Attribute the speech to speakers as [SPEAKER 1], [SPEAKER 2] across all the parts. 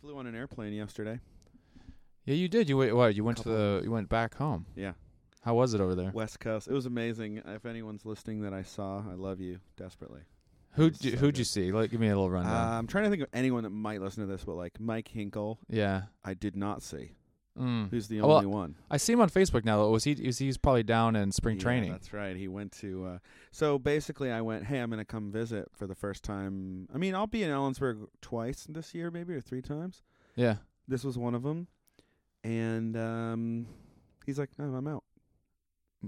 [SPEAKER 1] flew on an airplane yesterday.
[SPEAKER 2] Yeah, you did. You went. What? You went to
[SPEAKER 1] Couple
[SPEAKER 2] the. You went back home.
[SPEAKER 1] Yeah.
[SPEAKER 2] How was it over there?
[SPEAKER 1] West Coast. It was amazing. If anyone's listening that I saw, I love you desperately.
[SPEAKER 2] Who
[SPEAKER 1] was
[SPEAKER 2] d-
[SPEAKER 1] so
[SPEAKER 2] who'd you
[SPEAKER 1] good.
[SPEAKER 2] see? Like, give me a little
[SPEAKER 1] Uh,
[SPEAKER 2] rundown.
[SPEAKER 1] I'm trying to think of anyone that might listen to this, but like Mike Hinkle,
[SPEAKER 2] yeah.
[SPEAKER 1] I did not see.
[SPEAKER 2] Mm.
[SPEAKER 1] Who's the
[SPEAKER 2] Oh, well,
[SPEAKER 1] only one?
[SPEAKER 2] I see him on Facebook now. though. Was he? Is he's probably down in spring
[SPEAKER 1] Yeah,
[SPEAKER 2] training?
[SPEAKER 1] That's right. He went to. Uh, so basically, I went. Hey, I'm going to come visit for the first time. I mean, I'll be in Ellensburg twice this year, maybe or three times.
[SPEAKER 2] Yeah.
[SPEAKER 1] This was one of them, and um, he's like, "No, I'm out."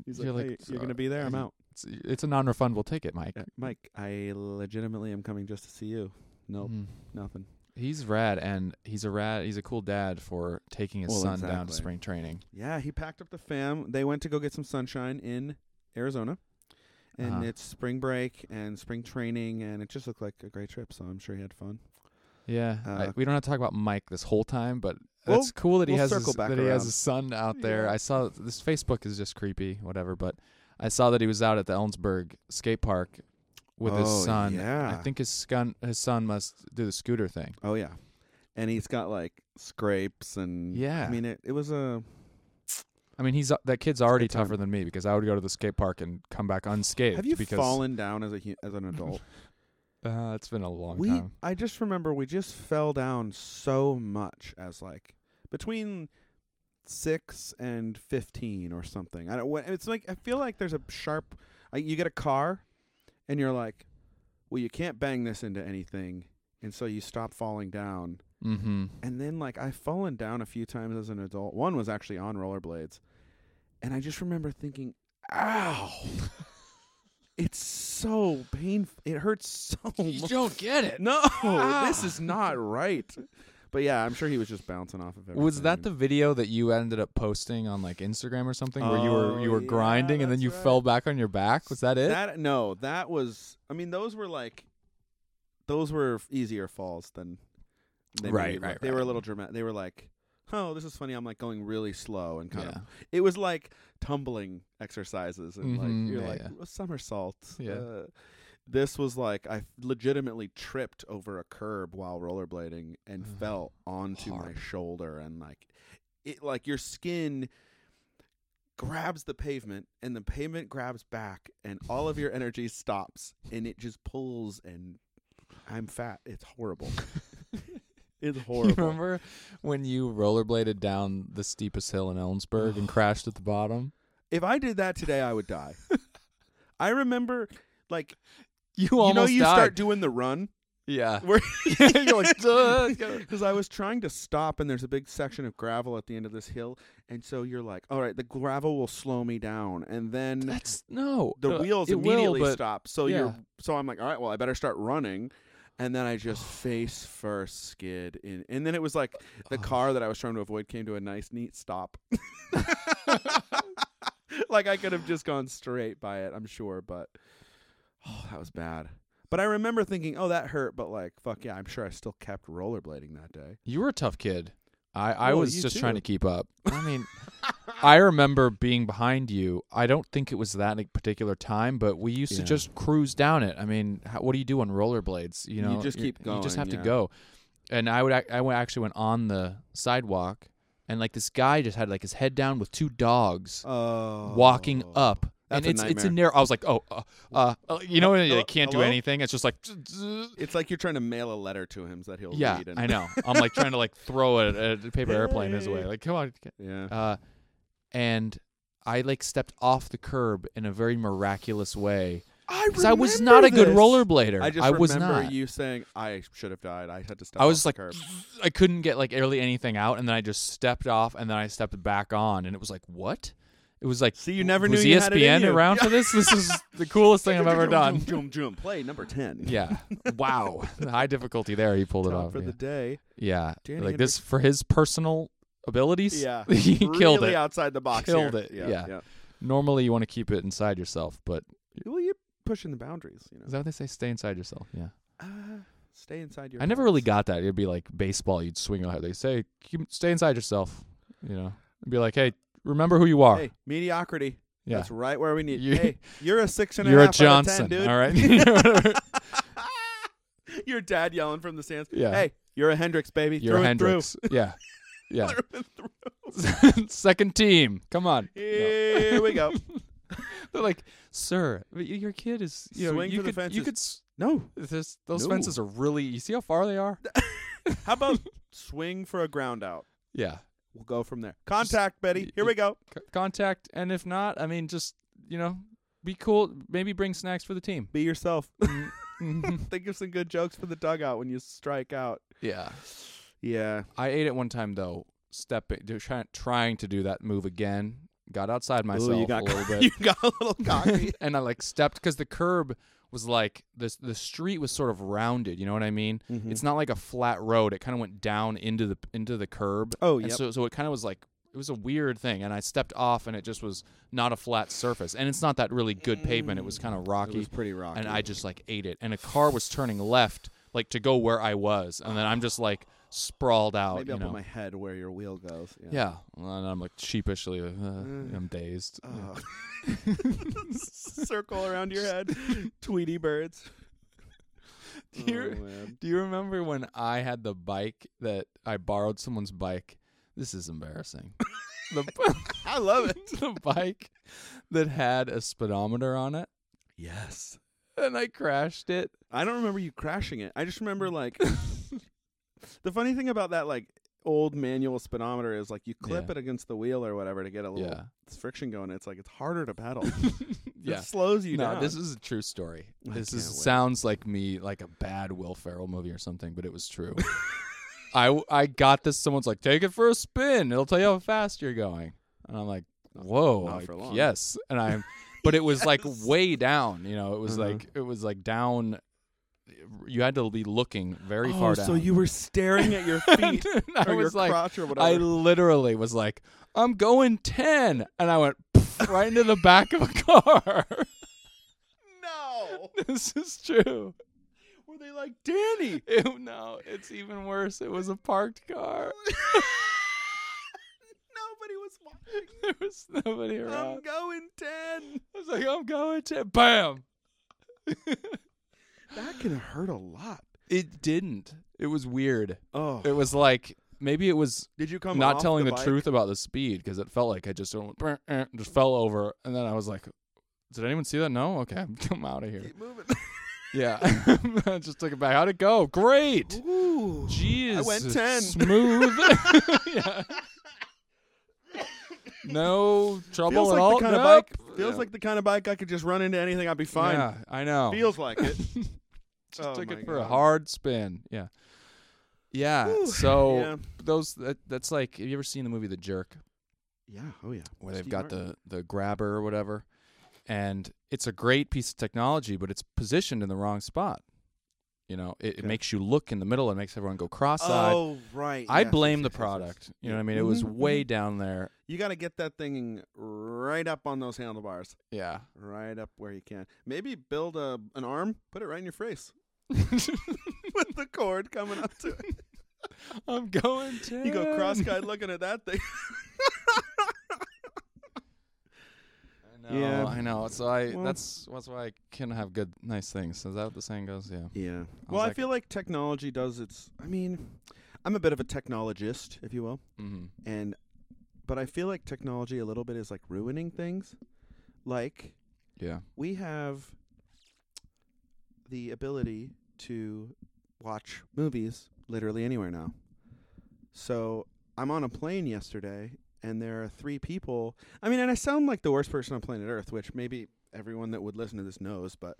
[SPEAKER 1] He's
[SPEAKER 2] You're
[SPEAKER 1] like,
[SPEAKER 2] like,
[SPEAKER 1] "Hey, "You're going to
[SPEAKER 2] uh,
[SPEAKER 1] be there. I'm
[SPEAKER 2] uh,
[SPEAKER 1] out."
[SPEAKER 2] It's, it's a non-refundable ticket, Mike.
[SPEAKER 1] Yeah, Mike, I legitimately am coming just to see you. Nope,
[SPEAKER 2] Mm.
[SPEAKER 1] nothing.
[SPEAKER 2] He's rad, and he's a rad. He's a cool dad for taking his
[SPEAKER 1] Well,
[SPEAKER 2] son down to
[SPEAKER 1] exactly.
[SPEAKER 2] spring training.
[SPEAKER 1] Yeah, he packed up the fam. They went to go get some sunshine in Arizona. And
[SPEAKER 2] Uh-huh.
[SPEAKER 1] it's spring break and spring training, and it just looked like a great trip. So I'm sure he had fun.
[SPEAKER 2] Yeah, I-
[SPEAKER 1] Uh,
[SPEAKER 2] we don't have to talk about Mike this whole time, but
[SPEAKER 1] Well,
[SPEAKER 2] that's cool that he
[SPEAKER 1] we'll
[SPEAKER 2] has
[SPEAKER 1] circle
[SPEAKER 2] his,
[SPEAKER 1] back
[SPEAKER 2] that he has
[SPEAKER 1] around.
[SPEAKER 2] his son out there.
[SPEAKER 1] Yeah.
[SPEAKER 2] I saw this Facebook is just creepy, whatever. But I saw that he was out at the Ellensburg skate park with
[SPEAKER 1] Oh,
[SPEAKER 2] his son.
[SPEAKER 1] yeah.
[SPEAKER 2] I think his son his son must do the scooter thing.
[SPEAKER 1] Oh yeah, and he's got like scrapes and
[SPEAKER 2] Yeah.
[SPEAKER 1] I mean, it it was a
[SPEAKER 2] I mean, he's uh, that kid's already
[SPEAKER 1] good time.
[SPEAKER 2] tougher than me because I would go to the skate park and come back unscathed.
[SPEAKER 1] have you
[SPEAKER 2] because,
[SPEAKER 1] fallen down as a hu- as an adult?
[SPEAKER 2] Uh, it's been a long
[SPEAKER 1] we
[SPEAKER 2] time.
[SPEAKER 1] I just remember we just fell down so much as like between six and fifteen or something. I don't. wha- It's like I feel like there's a sharp. I, you get a car, and you're like, well, you can't bang this into anything, and so you stop falling down.
[SPEAKER 2] Mm-hmm.
[SPEAKER 1] And then like I've fallen down a few times as an adult. One was actually on rollerblades. And I just remember thinking, "Ow." it's so painful. It hurts so much.
[SPEAKER 2] don't get it.
[SPEAKER 1] No, this is not right. But yeah, I'm sure he was just bouncing off of everything.
[SPEAKER 2] Was that the video that you ended up posting on like Instagram or something where you were you
[SPEAKER 1] Oh,
[SPEAKER 2] were
[SPEAKER 1] yeah,
[SPEAKER 2] grinding and then
[SPEAKER 1] that's
[SPEAKER 2] you
[SPEAKER 1] right.
[SPEAKER 2] fell back on your back? Was that it?
[SPEAKER 1] That no, that was I mean those were like those were easier falls than than
[SPEAKER 2] Right,
[SPEAKER 1] we-
[SPEAKER 2] right,
[SPEAKER 1] They were a
[SPEAKER 2] right.
[SPEAKER 1] little dramatic. They were like, "Oh, this is funny. I'm like going really slow and kind
[SPEAKER 2] yeah.
[SPEAKER 1] of it was like tumbling exercises and
[SPEAKER 2] Mhm,
[SPEAKER 1] like you're
[SPEAKER 2] yeah,
[SPEAKER 1] like
[SPEAKER 2] yeah.
[SPEAKER 1] "Oh, somersaults.
[SPEAKER 2] Yeah.
[SPEAKER 1] Uh, this was like I legitimately tripped over a curb while rollerblading and
[SPEAKER 2] Ugh.
[SPEAKER 1] fell onto
[SPEAKER 2] Hard.
[SPEAKER 1] my shoulder and like it like your skin grabs the pavement and the pavement grabs back and all of your energy stops and it just pulls and I'm fat. It's horrible. it's
[SPEAKER 2] You
[SPEAKER 1] horrible.
[SPEAKER 2] remember when you rollerbladed down the steepest hill in Ellensburg and crashed at the bottom?
[SPEAKER 1] If I did that today, I would die. I remember, like,
[SPEAKER 2] You,
[SPEAKER 1] you
[SPEAKER 2] almost
[SPEAKER 1] know, you
[SPEAKER 2] died.
[SPEAKER 1] start doing the run
[SPEAKER 2] yeah.
[SPEAKER 1] where
[SPEAKER 2] You're like, "Duh, go."
[SPEAKER 1] because I was trying to stop, and there's a big section of gravel at the end of this hill, and so you're like, all right, the gravel will slow me down, and then
[SPEAKER 2] That's no.
[SPEAKER 1] the
[SPEAKER 2] uh,
[SPEAKER 1] wheels
[SPEAKER 2] it will,
[SPEAKER 1] immediately
[SPEAKER 2] but
[SPEAKER 1] stop. So you're,
[SPEAKER 2] yeah.
[SPEAKER 1] so I'm like, all right, well, I better start running. And then I just face first skid in, and then it was like the
[SPEAKER 2] Oh.
[SPEAKER 1] car that I was trying to avoid came to a nice, neat stop. like I could have just gone straight by it, I'm sure, but oh, that was bad. But I remember thinking, "Oh, that hurt," but like, fuck yeah, I'm sure I still kept rollerblading that day.
[SPEAKER 2] You were a tough kid. I, I
[SPEAKER 1] Well,
[SPEAKER 2] was
[SPEAKER 1] you
[SPEAKER 2] just trying
[SPEAKER 1] too.
[SPEAKER 2] to keep up. I mean, I remember being behind you. I don't think it was that particular time, but we used to
[SPEAKER 1] Yeah.
[SPEAKER 2] just cruise down it. I mean, how, what do you do on rollerblades? You
[SPEAKER 1] You
[SPEAKER 2] know,
[SPEAKER 1] just
[SPEAKER 2] you-
[SPEAKER 1] keep
[SPEAKER 2] You just
[SPEAKER 1] going,
[SPEAKER 2] have to
[SPEAKER 1] yeah.
[SPEAKER 2] go. And I would ac- I went- actually went on the sidewalk, and like this guy just had like his head down with two dogs
[SPEAKER 1] Oh,
[SPEAKER 2] walking up.
[SPEAKER 1] That's
[SPEAKER 2] and
[SPEAKER 1] a
[SPEAKER 2] it's it's a
[SPEAKER 1] nightmare.
[SPEAKER 2] narrow. I was like, oh, uh, uh, uh, you know,
[SPEAKER 1] Hello?
[SPEAKER 2] I can't do
[SPEAKER 1] Hello?
[SPEAKER 2] anything. It's just like,
[SPEAKER 1] It's like you're trying to mail a letter to him that he'll
[SPEAKER 2] yeah,
[SPEAKER 1] read. And,
[SPEAKER 2] I know. I'm like trying to like throw a, a paper airplane his way.
[SPEAKER 1] Hey.
[SPEAKER 2] Like, come on,
[SPEAKER 1] Yeah.
[SPEAKER 2] uh, and I like stepped off the curb in a very miraculous way
[SPEAKER 1] I
[SPEAKER 2] because I was not a good
[SPEAKER 1] this.
[SPEAKER 2] rollerblader.
[SPEAKER 1] I just
[SPEAKER 2] was
[SPEAKER 1] remember
[SPEAKER 2] not.
[SPEAKER 1] you saying I should have died. I had to stop.
[SPEAKER 2] I was
[SPEAKER 1] off
[SPEAKER 2] like,
[SPEAKER 1] the curb.
[SPEAKER 2] I couldn't get like barely anything out, and then I just stepped off, and then I stepped back on, and it was like, what? It was like,
[SPEAKER 1] See, you never
[SPEAKER 2] was E
[SPEAKER 1] knew you
[SPEAKER 2] ESPN
[SPEAKER 1] had it in you.
[SPEAKER 2] around for this? This is the coolest thing I've ever done.
[SPEAKER 1] Jump, jump, jump. Play number ten.
[SPEAKER 2] yeah, wow, the high difficulty there. He pulled it
[SPEAKER 1] Top
[SPEAKER 2] off.
[SPEAKER 1] for
[SPEAKER 2] yeah,
[SPEAKER 1] the day.
[SPEAKER 2] yeah.
[SPEAKER 1] Danny
[SPEAKER 2] like
[SPEAKER 1] Hendrick-
[SPEAKER 2] this for his personal abilities.
[SPEAKER 1] Yeah.
[SPEAKER 2] he killed
[SPEAKER 1] Really
[SPEAKER 2] it.
[SPEAKER 1] outside the box.
[SPEAKER 2] Killed
[SPEAKER 1] here.
[SPEAKER 2] it, yeah. Normally, you want to keep it inside yourself, but
[SPEAKER 1] Well, you're pushing the boundaries. You know.
[SPEAKER 2] Is that what they say? Stay inside yourself. Yeah.
[SPEAKER 1] Uh, stay inside your.
[SPEAKER 2] I never really
[SPEAKER 1] box.
[SPEAKER 2] got that. It'd be like baseball. You'd swing out. They say, keep, stay inside yourself. You know, It'd be like, hey, remember who you are.
[SPEAKER 1] Hey, mediocrity.
[SPEAKER 2] yeah.
[SPEAKER 1] That's right where we need.
[SPEAKER 2] You-
[SPEAKER 1] hey, you're a six and a
[SPEAKER 2] You're a
[SPEAKER 1] half out of
[SPEAKER 2] Johnson.
[SPEAKER 1] 10, dude.
[SPEAKER 2] all right.
[SPEAKER 1] your dad yelling from the stands.
[SPEAKER 2] Yeah.
[SPEAKER 1] Hey, You're a Hendrix, baby.
[SPEAKER 2] You're
[SPEAKER 1] Through
[SPEAKER 2] a
[SPEAKER 1] and through.
[SPEAKER 2] Hendrix. Yeah. Yeah.
[SPEAKER 1] Through and through.
[SPEAKER 2] Second team. Come on. No.
[SPEAKER 1] Here we go.
[SPEAKER 2] They're like, sir, but y- your kid is. You know,
[SPEAKER 1] Swing
[SPEAKER 2] you
[SPEAKER 1] for the
[SPEAKER 2] could, You
[SPEAKER 1] fences."
[SPEAKER 2] could. s-
[SPEAKER 1] No.
[SPEAKER 2] This, those
[SPEAKER 1] No.
[SPEAKER 2] fences are really. You see how far they are?
[SPEAKER 1] How about swing for a ground out?
[SPEAKER 2] yeah.
[SPEAKER 1] We'll go from there. Contact, Betty. Here we go.
[SPEAKER 2] C- contact, and if not, I mean, just you know, be cool. Maybe bring snacks for the team.
[SPEAKER 1] Be yourself.
[SPEAKER 2] Mm, mhm.
[SPEAKER 1] Think of some good jokes for the dugout when you strike out.
[SPEAKER 2] yeah.
[SPEAKER 1] Yeah.
[SPEAKER 2] I ate it one time though. Stepping, do- try, trying to do that move again. Got outside myself
[SPEAKER 1] Ooh, you got
[SPEAKER 2] a little bit.
[SPEAKER 1] you got a little cocky.
[SPEAKER 2] and I like stepped because the curb was like this. The street was sort of rounded. You know what I mean? It's not like a flat road. It kind of went down into the into the curb.
[SPEAKER 1] Oh,
[SPEAKER 2] And
[SPEAKER 1] yep.
[SPEAKER 2] so so it kind of was like it was a weird thing. And I stepped off, and it just was not a flat surface. And it's not that really good pavement. It was kind of rocky.
[SPEAKER 1] pretty rocky.
[SPEAKER 2] and I just like ate it. And a car was turning left, like to go where I was, and then I'm just like sprawled out.
[SPEAKER 1] Maybe
[SPEAKER 2] you
[SPEAKER 1] I'll
[SPEAKER 2] know.
[SPEAKER 1] put my head where your wheel goes. Yeah.
[SPEAKER 2] yeah, and I'm like sheepishly, uh, I'm dazed.
[SPEAKER 1] Oh. Circle around your head. Tweety birds.
[SPEAKER 2] Here-
[SPEAKER 1] Oh, man.
[SPEAKER 2] Do you remember when I had the bike that I borrowed someone's bike? This is embarrassing. the,
[SPEAKER 1] I love it.
[SPEAKER 2] the bike that had a speedometer on it,
[SPEAKER 1] Yes.
[SPEAKER 2] and I crashed it.
[SPEAKER 1] I don't remember you crashing it. I just remember like the funny thing about that like old manual speedometer is like you clip
[SPEAKER 2] Yeah.
[SPEAKER 1] it against the wheel or whatever to get a little
[SPEAKER 2] Yeah,
[SPEAKER 1] friction going. It's like it's harder to pedal.
[SPEAKER 2] yeah.
[SPEAKER 1] It slows you
[SPEAKER 2] No,
[SPEAKER 1] down.
[SPEAKER 2] this is a true story.
[SPEAKER 1] I
[SPEAKER 2] This is
[SPEAKER 1] can't wait.
[SPEAKER 2] sounds like me, like a bad Will Ferrell movie or something, but it was true. I I got this. Someone's like, take it for a spin. It'll tell you how fast you're going. And I'm like, whoa,
[SPEAKER 1] not
[SPEAKER 2] like,
[SPEAKER 1] for long.
[SPEAKER 2] yes. And I'm, but it was like
[SPEAKER 1] Yes.
[SPEAKER 2] way down. You know, it was
[SPEAKER 1] Uh-huh.
[SPEAKER 2] like it was like down. You had to be looking very
[SPEAKER 1] oh,
[SPEAKER 2] far down.
[SPEAKER 1] so you were staring at your feet
[SPEAKER 2] And I
[SPEAKER 1] or your
[SPEAKER 2] was like,
[SPEAKER 1] crotch or
[SPEAKER 2] I
[SPEAKER 1] whatever.
[SPEAKER 2] literally was like, I'm going ten, and I went poof, right into the back of a car.
[SPEAKER 1] no.
[SPEAKER 2] this is true.
[SPEAKER 1] Were they like Danny?
[SPEAKER 2] Ew, no, it's even worse. It was a parked car.
[SPEAKER 1] Nobody was watching.
[SPEAKER 2] There was nobody
[SPEAKER 1] I'm
[SPEAKER 2] around.
[SPEAKER 1] going ten.
[SPEAKER 2] I was like, I'm going to bam.
[SPEAKER 1] That can hurt a lot.
[SPEAKER 2] It didn't. It was weird.
[SPEAKER 1] Oh,
[SPEAKER 2] It was like maybe it was
[SPEAKER 1] did you come
[SPEAKER 2] not
[SPEAKER 1] off
[SPEAKER 2] telling the,
[SPEAKER 1] bike?
[SPEAKER 2] truth about the speed because it felt like I just went, "Brr, eh," just fell over, and then I was like, Did anyone see that? No. Okay, I'm out of here.
[SPEAKER 1] Keep moving.
[SPEAKER 2] Yeah, I just took it back. How'd it go? Great.
[SPEAKER 1] Ooh.
[SPEAKER 2] Jeez,
[SPEAKER 1] I went
[SPEAKER 2] it's
[SPEAKER 1] 10.
[SPEAKER 2] Smooth. Yeah. No trouble
[SPEAKER 1] Feels
[SPEAKER 2] at
[SPEAKER 1] like
[SPEAKER 2] all.
[SPEAKER 1] the kind of
[SPEAKER 2] Nope.
[SPEAKER 1] bike. Feels
[SPEAKER 2] Yeah.
[SPEAKER 1] like the kind of bike I could just run into anything. I'd be fine.
[SPEAKER 2] Yeah, I know.
[SPEAKER 1] Feels like it.
[SPEAKER 2] Just
[SPEAKER 1] Oh
[SPEAKER 2] took
[SPEAKER 1] my
[SPEAKER 2] it for a
[SPEAKER 1] God.
[SPEAKER 2] hard spin. Yeah. Yeah.
[SPEAKER 1] Whew.
[SPEAKER 2] So
[SPEAKER 1] Yeah.
[SPEAKER 2] those that, that's like have you ever seen the movie The Jerk
[SPEAKER 1] Yeah. Oh yeah.
[SPEAKER 2] where they've got the the grabber or whatever and it's a great piece of technology but it's positioned in the wrong spot. You know, it, it
[SPEAKER 1] Okay.
[SPEAKER 2] makes you look in the middle, it makes everyone go cross-eyed.
[SPEAKER 1] Oh right.
[SPEAKER 2] I
[SPEAKER 1] Yes, yes,
[SPEAKER 2] blame the
[SPEAKER 1] yes, yes, yes.
[SPEAKER 2] product. You know what I mean? It was
[SPEAKER 1] Mhm,
[SPEAKER 2] way down there.
[SPEAKER 1] You got to get that thing right up on those handlebars,
[SPEAKER 2] Yeah.
[SPEAKER 1] right up where you can. Maybe build a an arm, put it right in your face with the cord coming up to it.
[SPEAKER 2] I'm going to.
[SPEAKER 1] You go cross-eyed looking at that thing.
[SPEAKER 2] I know,
[SPEAKER 1] Yeah.
[SPEAKER 2] I know. So I
[SPEAKER 1] Well-
[SPEAKER 2] that's that's why I can have good nice things. Is that what the saying goes? Yeah.
[SPEAKER 1] Yeah.
[SPEAKER 2] I
[SPEAKER 1] well,
[SPEAKER 2] was
[SPEAKER 1] I
[SPEAKER 2] like-
[SPEAKER 1] feel like technology does its. I mean, I'm a bit of a technologist, if you will.
[SPEAKER 2] Mm-hmm.
[SPEAKER 1] and but I feel like technology a little bit is like ruining things. Like
[SPEAKER 2] Yeah.
[SPEAKER 1] we have the ability to watch movies literally anywhere now. So I'm on a plane yesterday and there are three people. I mean, and I sound like the worst person on planet Earth, which maybe everyone that would listen to this knows, but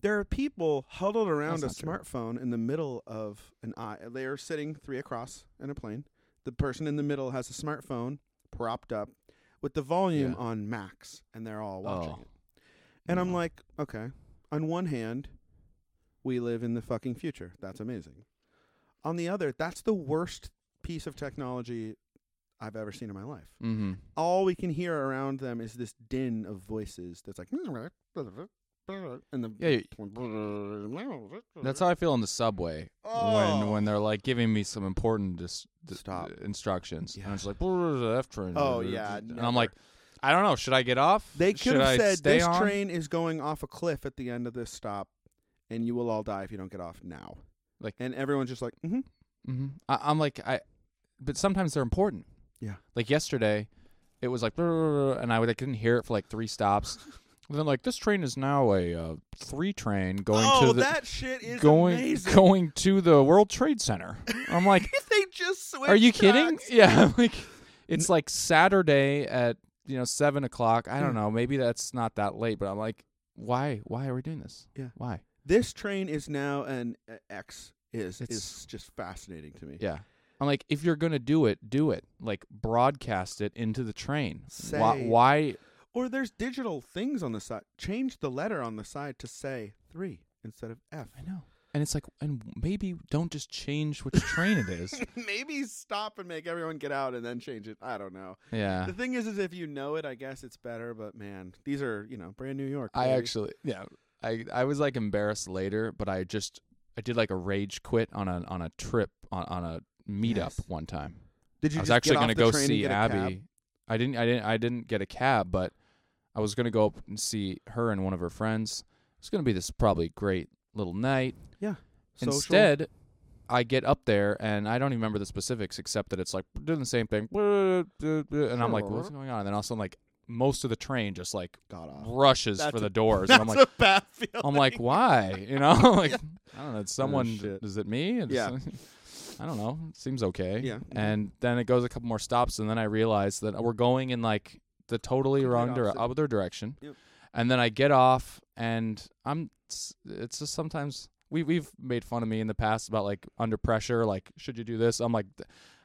[SPEAKER 1] there are people huddled around
[SPEAKER 2] That's
[SPEAKER 1] a
[SPEAKER 2] not
[SPEAKER 1] smartphone in the middle of an eye. They are sitting three across in a plane. The person in the middle has a smartphone propped up with the volume
[SPEAKER 2] Yeah.
[SPEAKER 1] on max, and they're all watching
[SPEAKER 2] Oh.
[SPEAKER 1] it. And I'm
[SPEAKER 2] No.
[SPEAKER 1] like, okay. On one hand, we live in the fucking future. That's amazing. On the other, that's the worst piece of technology I've ever seen in my life.
[SPEAKER 2] Mm-hmm.
[SPEAKER 1] All we can hear around them is this din of voices that's like, and the
[SPEAKER 2] Yeah, you- That's how I feel on the subway when
[SPEAKER 1] Oh.
[SPEAKER 2] when they're like giving me some important dis- d-
[SPEAKER 1] Stop.
[SPEAKER 2] instructions. And
[SPEAKER 1] Yeah.
[SPEAKER 2] it's like F train.
[SPEAKER 1] Oh, yeah,
[SPEAKER 2] And
[SPEAKER 1] never.
[SPEAKER 2] I'm like, I don't know. Should I get off?
[SPEAKER 1] They could
[SPEAKER 2] Should
[SPEAKER 1] have
[SPEAKER 2] I
[SPEAKER 1] said
[SPEAKER 2] stay
[SPEAKER 1] this
[SPEAKER 2] on?"
[SPEAKER 1] train is going off a cliff at the end of this stop, and you will all die if you don't get off now.
[SPEAKER 2] Like-
[SPEAKER 1] and everyone's just like, mm-hmm,
[SPEAKER 2] hmm I, I'm like I, but sometimes they're important.
[SPEAKER 1] Yeah.
[SPEAKER 2] Like yesterday, it was like, "Brr," and I would- I couldn't hear it for like three stops. and then like this train is now a uh, three train going
[SPEAKER 1] oh,
[SPEAKER 2] to the
[SPEAKER 1] that shit is
[SPEAKER 2] going
[SPEAKER 1] amazing.
[SPEAKER 2] going to the World Trade Center. I'm like,
[SPEAKER 1] they just switched.
[SPEAKER 2] are you kidding?
[SPEAKER 1] trucks.
[SPEAKER 2] Yeah. I'm like, it's like Saturday at you know seven o'clock. I
[SPEAKER 1] Hmm.
[SPEAKER 2] don't know. Maybe that's not that late, but I'm like, why? Why are we doing this?
[SPEAKER 1] Yeah.
[SPEAKER 2] Why?
[SPEAKER 1] This train is now an uh, X. Is
[SPEAKER 2] It's-
[SPEAKER 1] is just fascinating to me.
[SPEAKER 2] Yeah. I'm like, if you're gonna do it, do it. Like broadcast it into the train. Why?
[SPEAKER 1] Say-
[SPEAKER 2] why
[SPEAKER 1] Or there's digital things on the side. Change the letter on the side to say three instead of F.
[SPEAKER 2] I know. And it's like, and maybe don't just change which train it is.
[SPEAKER 1] Maybe stop and make everyone get out and then change it. I don't know.
[SPEAKER 2] Yeah.
[SPEAKER 1] The thing is, is if you know it, I guess it's better. But man, these are you know brand New York.
[SPEAKER 2] I
[SPEAKER 1] baby.
[SPEAKER 2] actually, yeah, I I was like embarrassed later, but I just I did like a rage quit on a on a trip on on a meetup
[SPEAKER 1] Yes.
[SPEAKER 2] one time.
[SPEAKER 1] did you
[SPEAKER 2] I was
[SPEAKER 1] just
[SPEAKER 2] actually
[SPEAKER 1] going to
[SPEAKER 2] go see Abby. I didn't I didn't I didn't get a cab, but I was going to go up and see her and one of her friends. It's going to be this probably great little night.
[SPEAKER 1] Social?
[SPEAKER 2] Instead, I get up there and I don't even remember the specifics except that it's like doing the same thing, and I'm like, what's going on? And then all of a sudden, like most of the train just like
[SPEAKER 1] got off.
[SPEAKER 2] rushes
[SPEAKER 1] That's
[SPEAKER 2] for
[SPEAKER 1] a-
[SPEAKER 2] the doors, and I'm like,
[SPEAKER 1] a bad feeling.
[SPEAKER 2] I'm like, why? You know, like
[SPEAKER 1] Yeah. Oh,
[SPEAKER 2] I don't know. It's someone.
[SPEAKER 1] shit.
[SPEAKER 2] is it me? It's-
[SPEAKER 1] Yeah.
[SPEAKER 2] I don't know. Seems okay.
[SPEAKER 1] Yeah.
[SPEAKER 2] And then it goes a couple more stops, and then I realize that we're going in like the totally
[SPEAKER 1] Complete
[SPEAKER 2] wrong dire-
[SPEAKER 1] opposite.
[SPEAKER 2] other direction.
[SPEAKER 1] Yep.
[SPEAKER 2] And then I get off, and I'm. It's, it's just sometimes we we've made fun of me in the past about like under pressure, like should you do this? I'm like.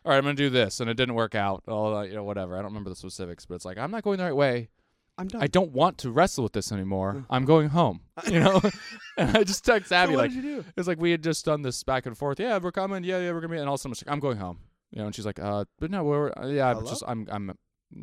[SPEAKER 2] All right, I'm gonna do this, and it didn't work out. Oh, you know, whatever. I don't remember the specifics, but it's like I'm not going the right way.
[SPEAKER 1] I'm done.
[SPEAKER 2] I don't want to wrestle with this anymore.
[SPEAKER 1] Mm.
[SPEAKER 2] I'm going home. You know? and I just text
[SPEAKER 1] so
[SPEAKER 2] Abby
[SPEAKER 1] what
[SPEAKER 2] like
[SPEAKER 1] did you do?
[SPEAKER 2] it's like we had just done this back and forth. Yeah, we're coming. Yeah, yeah, we're gonna be. And all of a sudden, she's like, I'm going home. You know, and she's like, uh, but no, we're uh, yeah, I'm
[SPEAKER 1] Hello?
[SPEAKER 2] just I'm I'm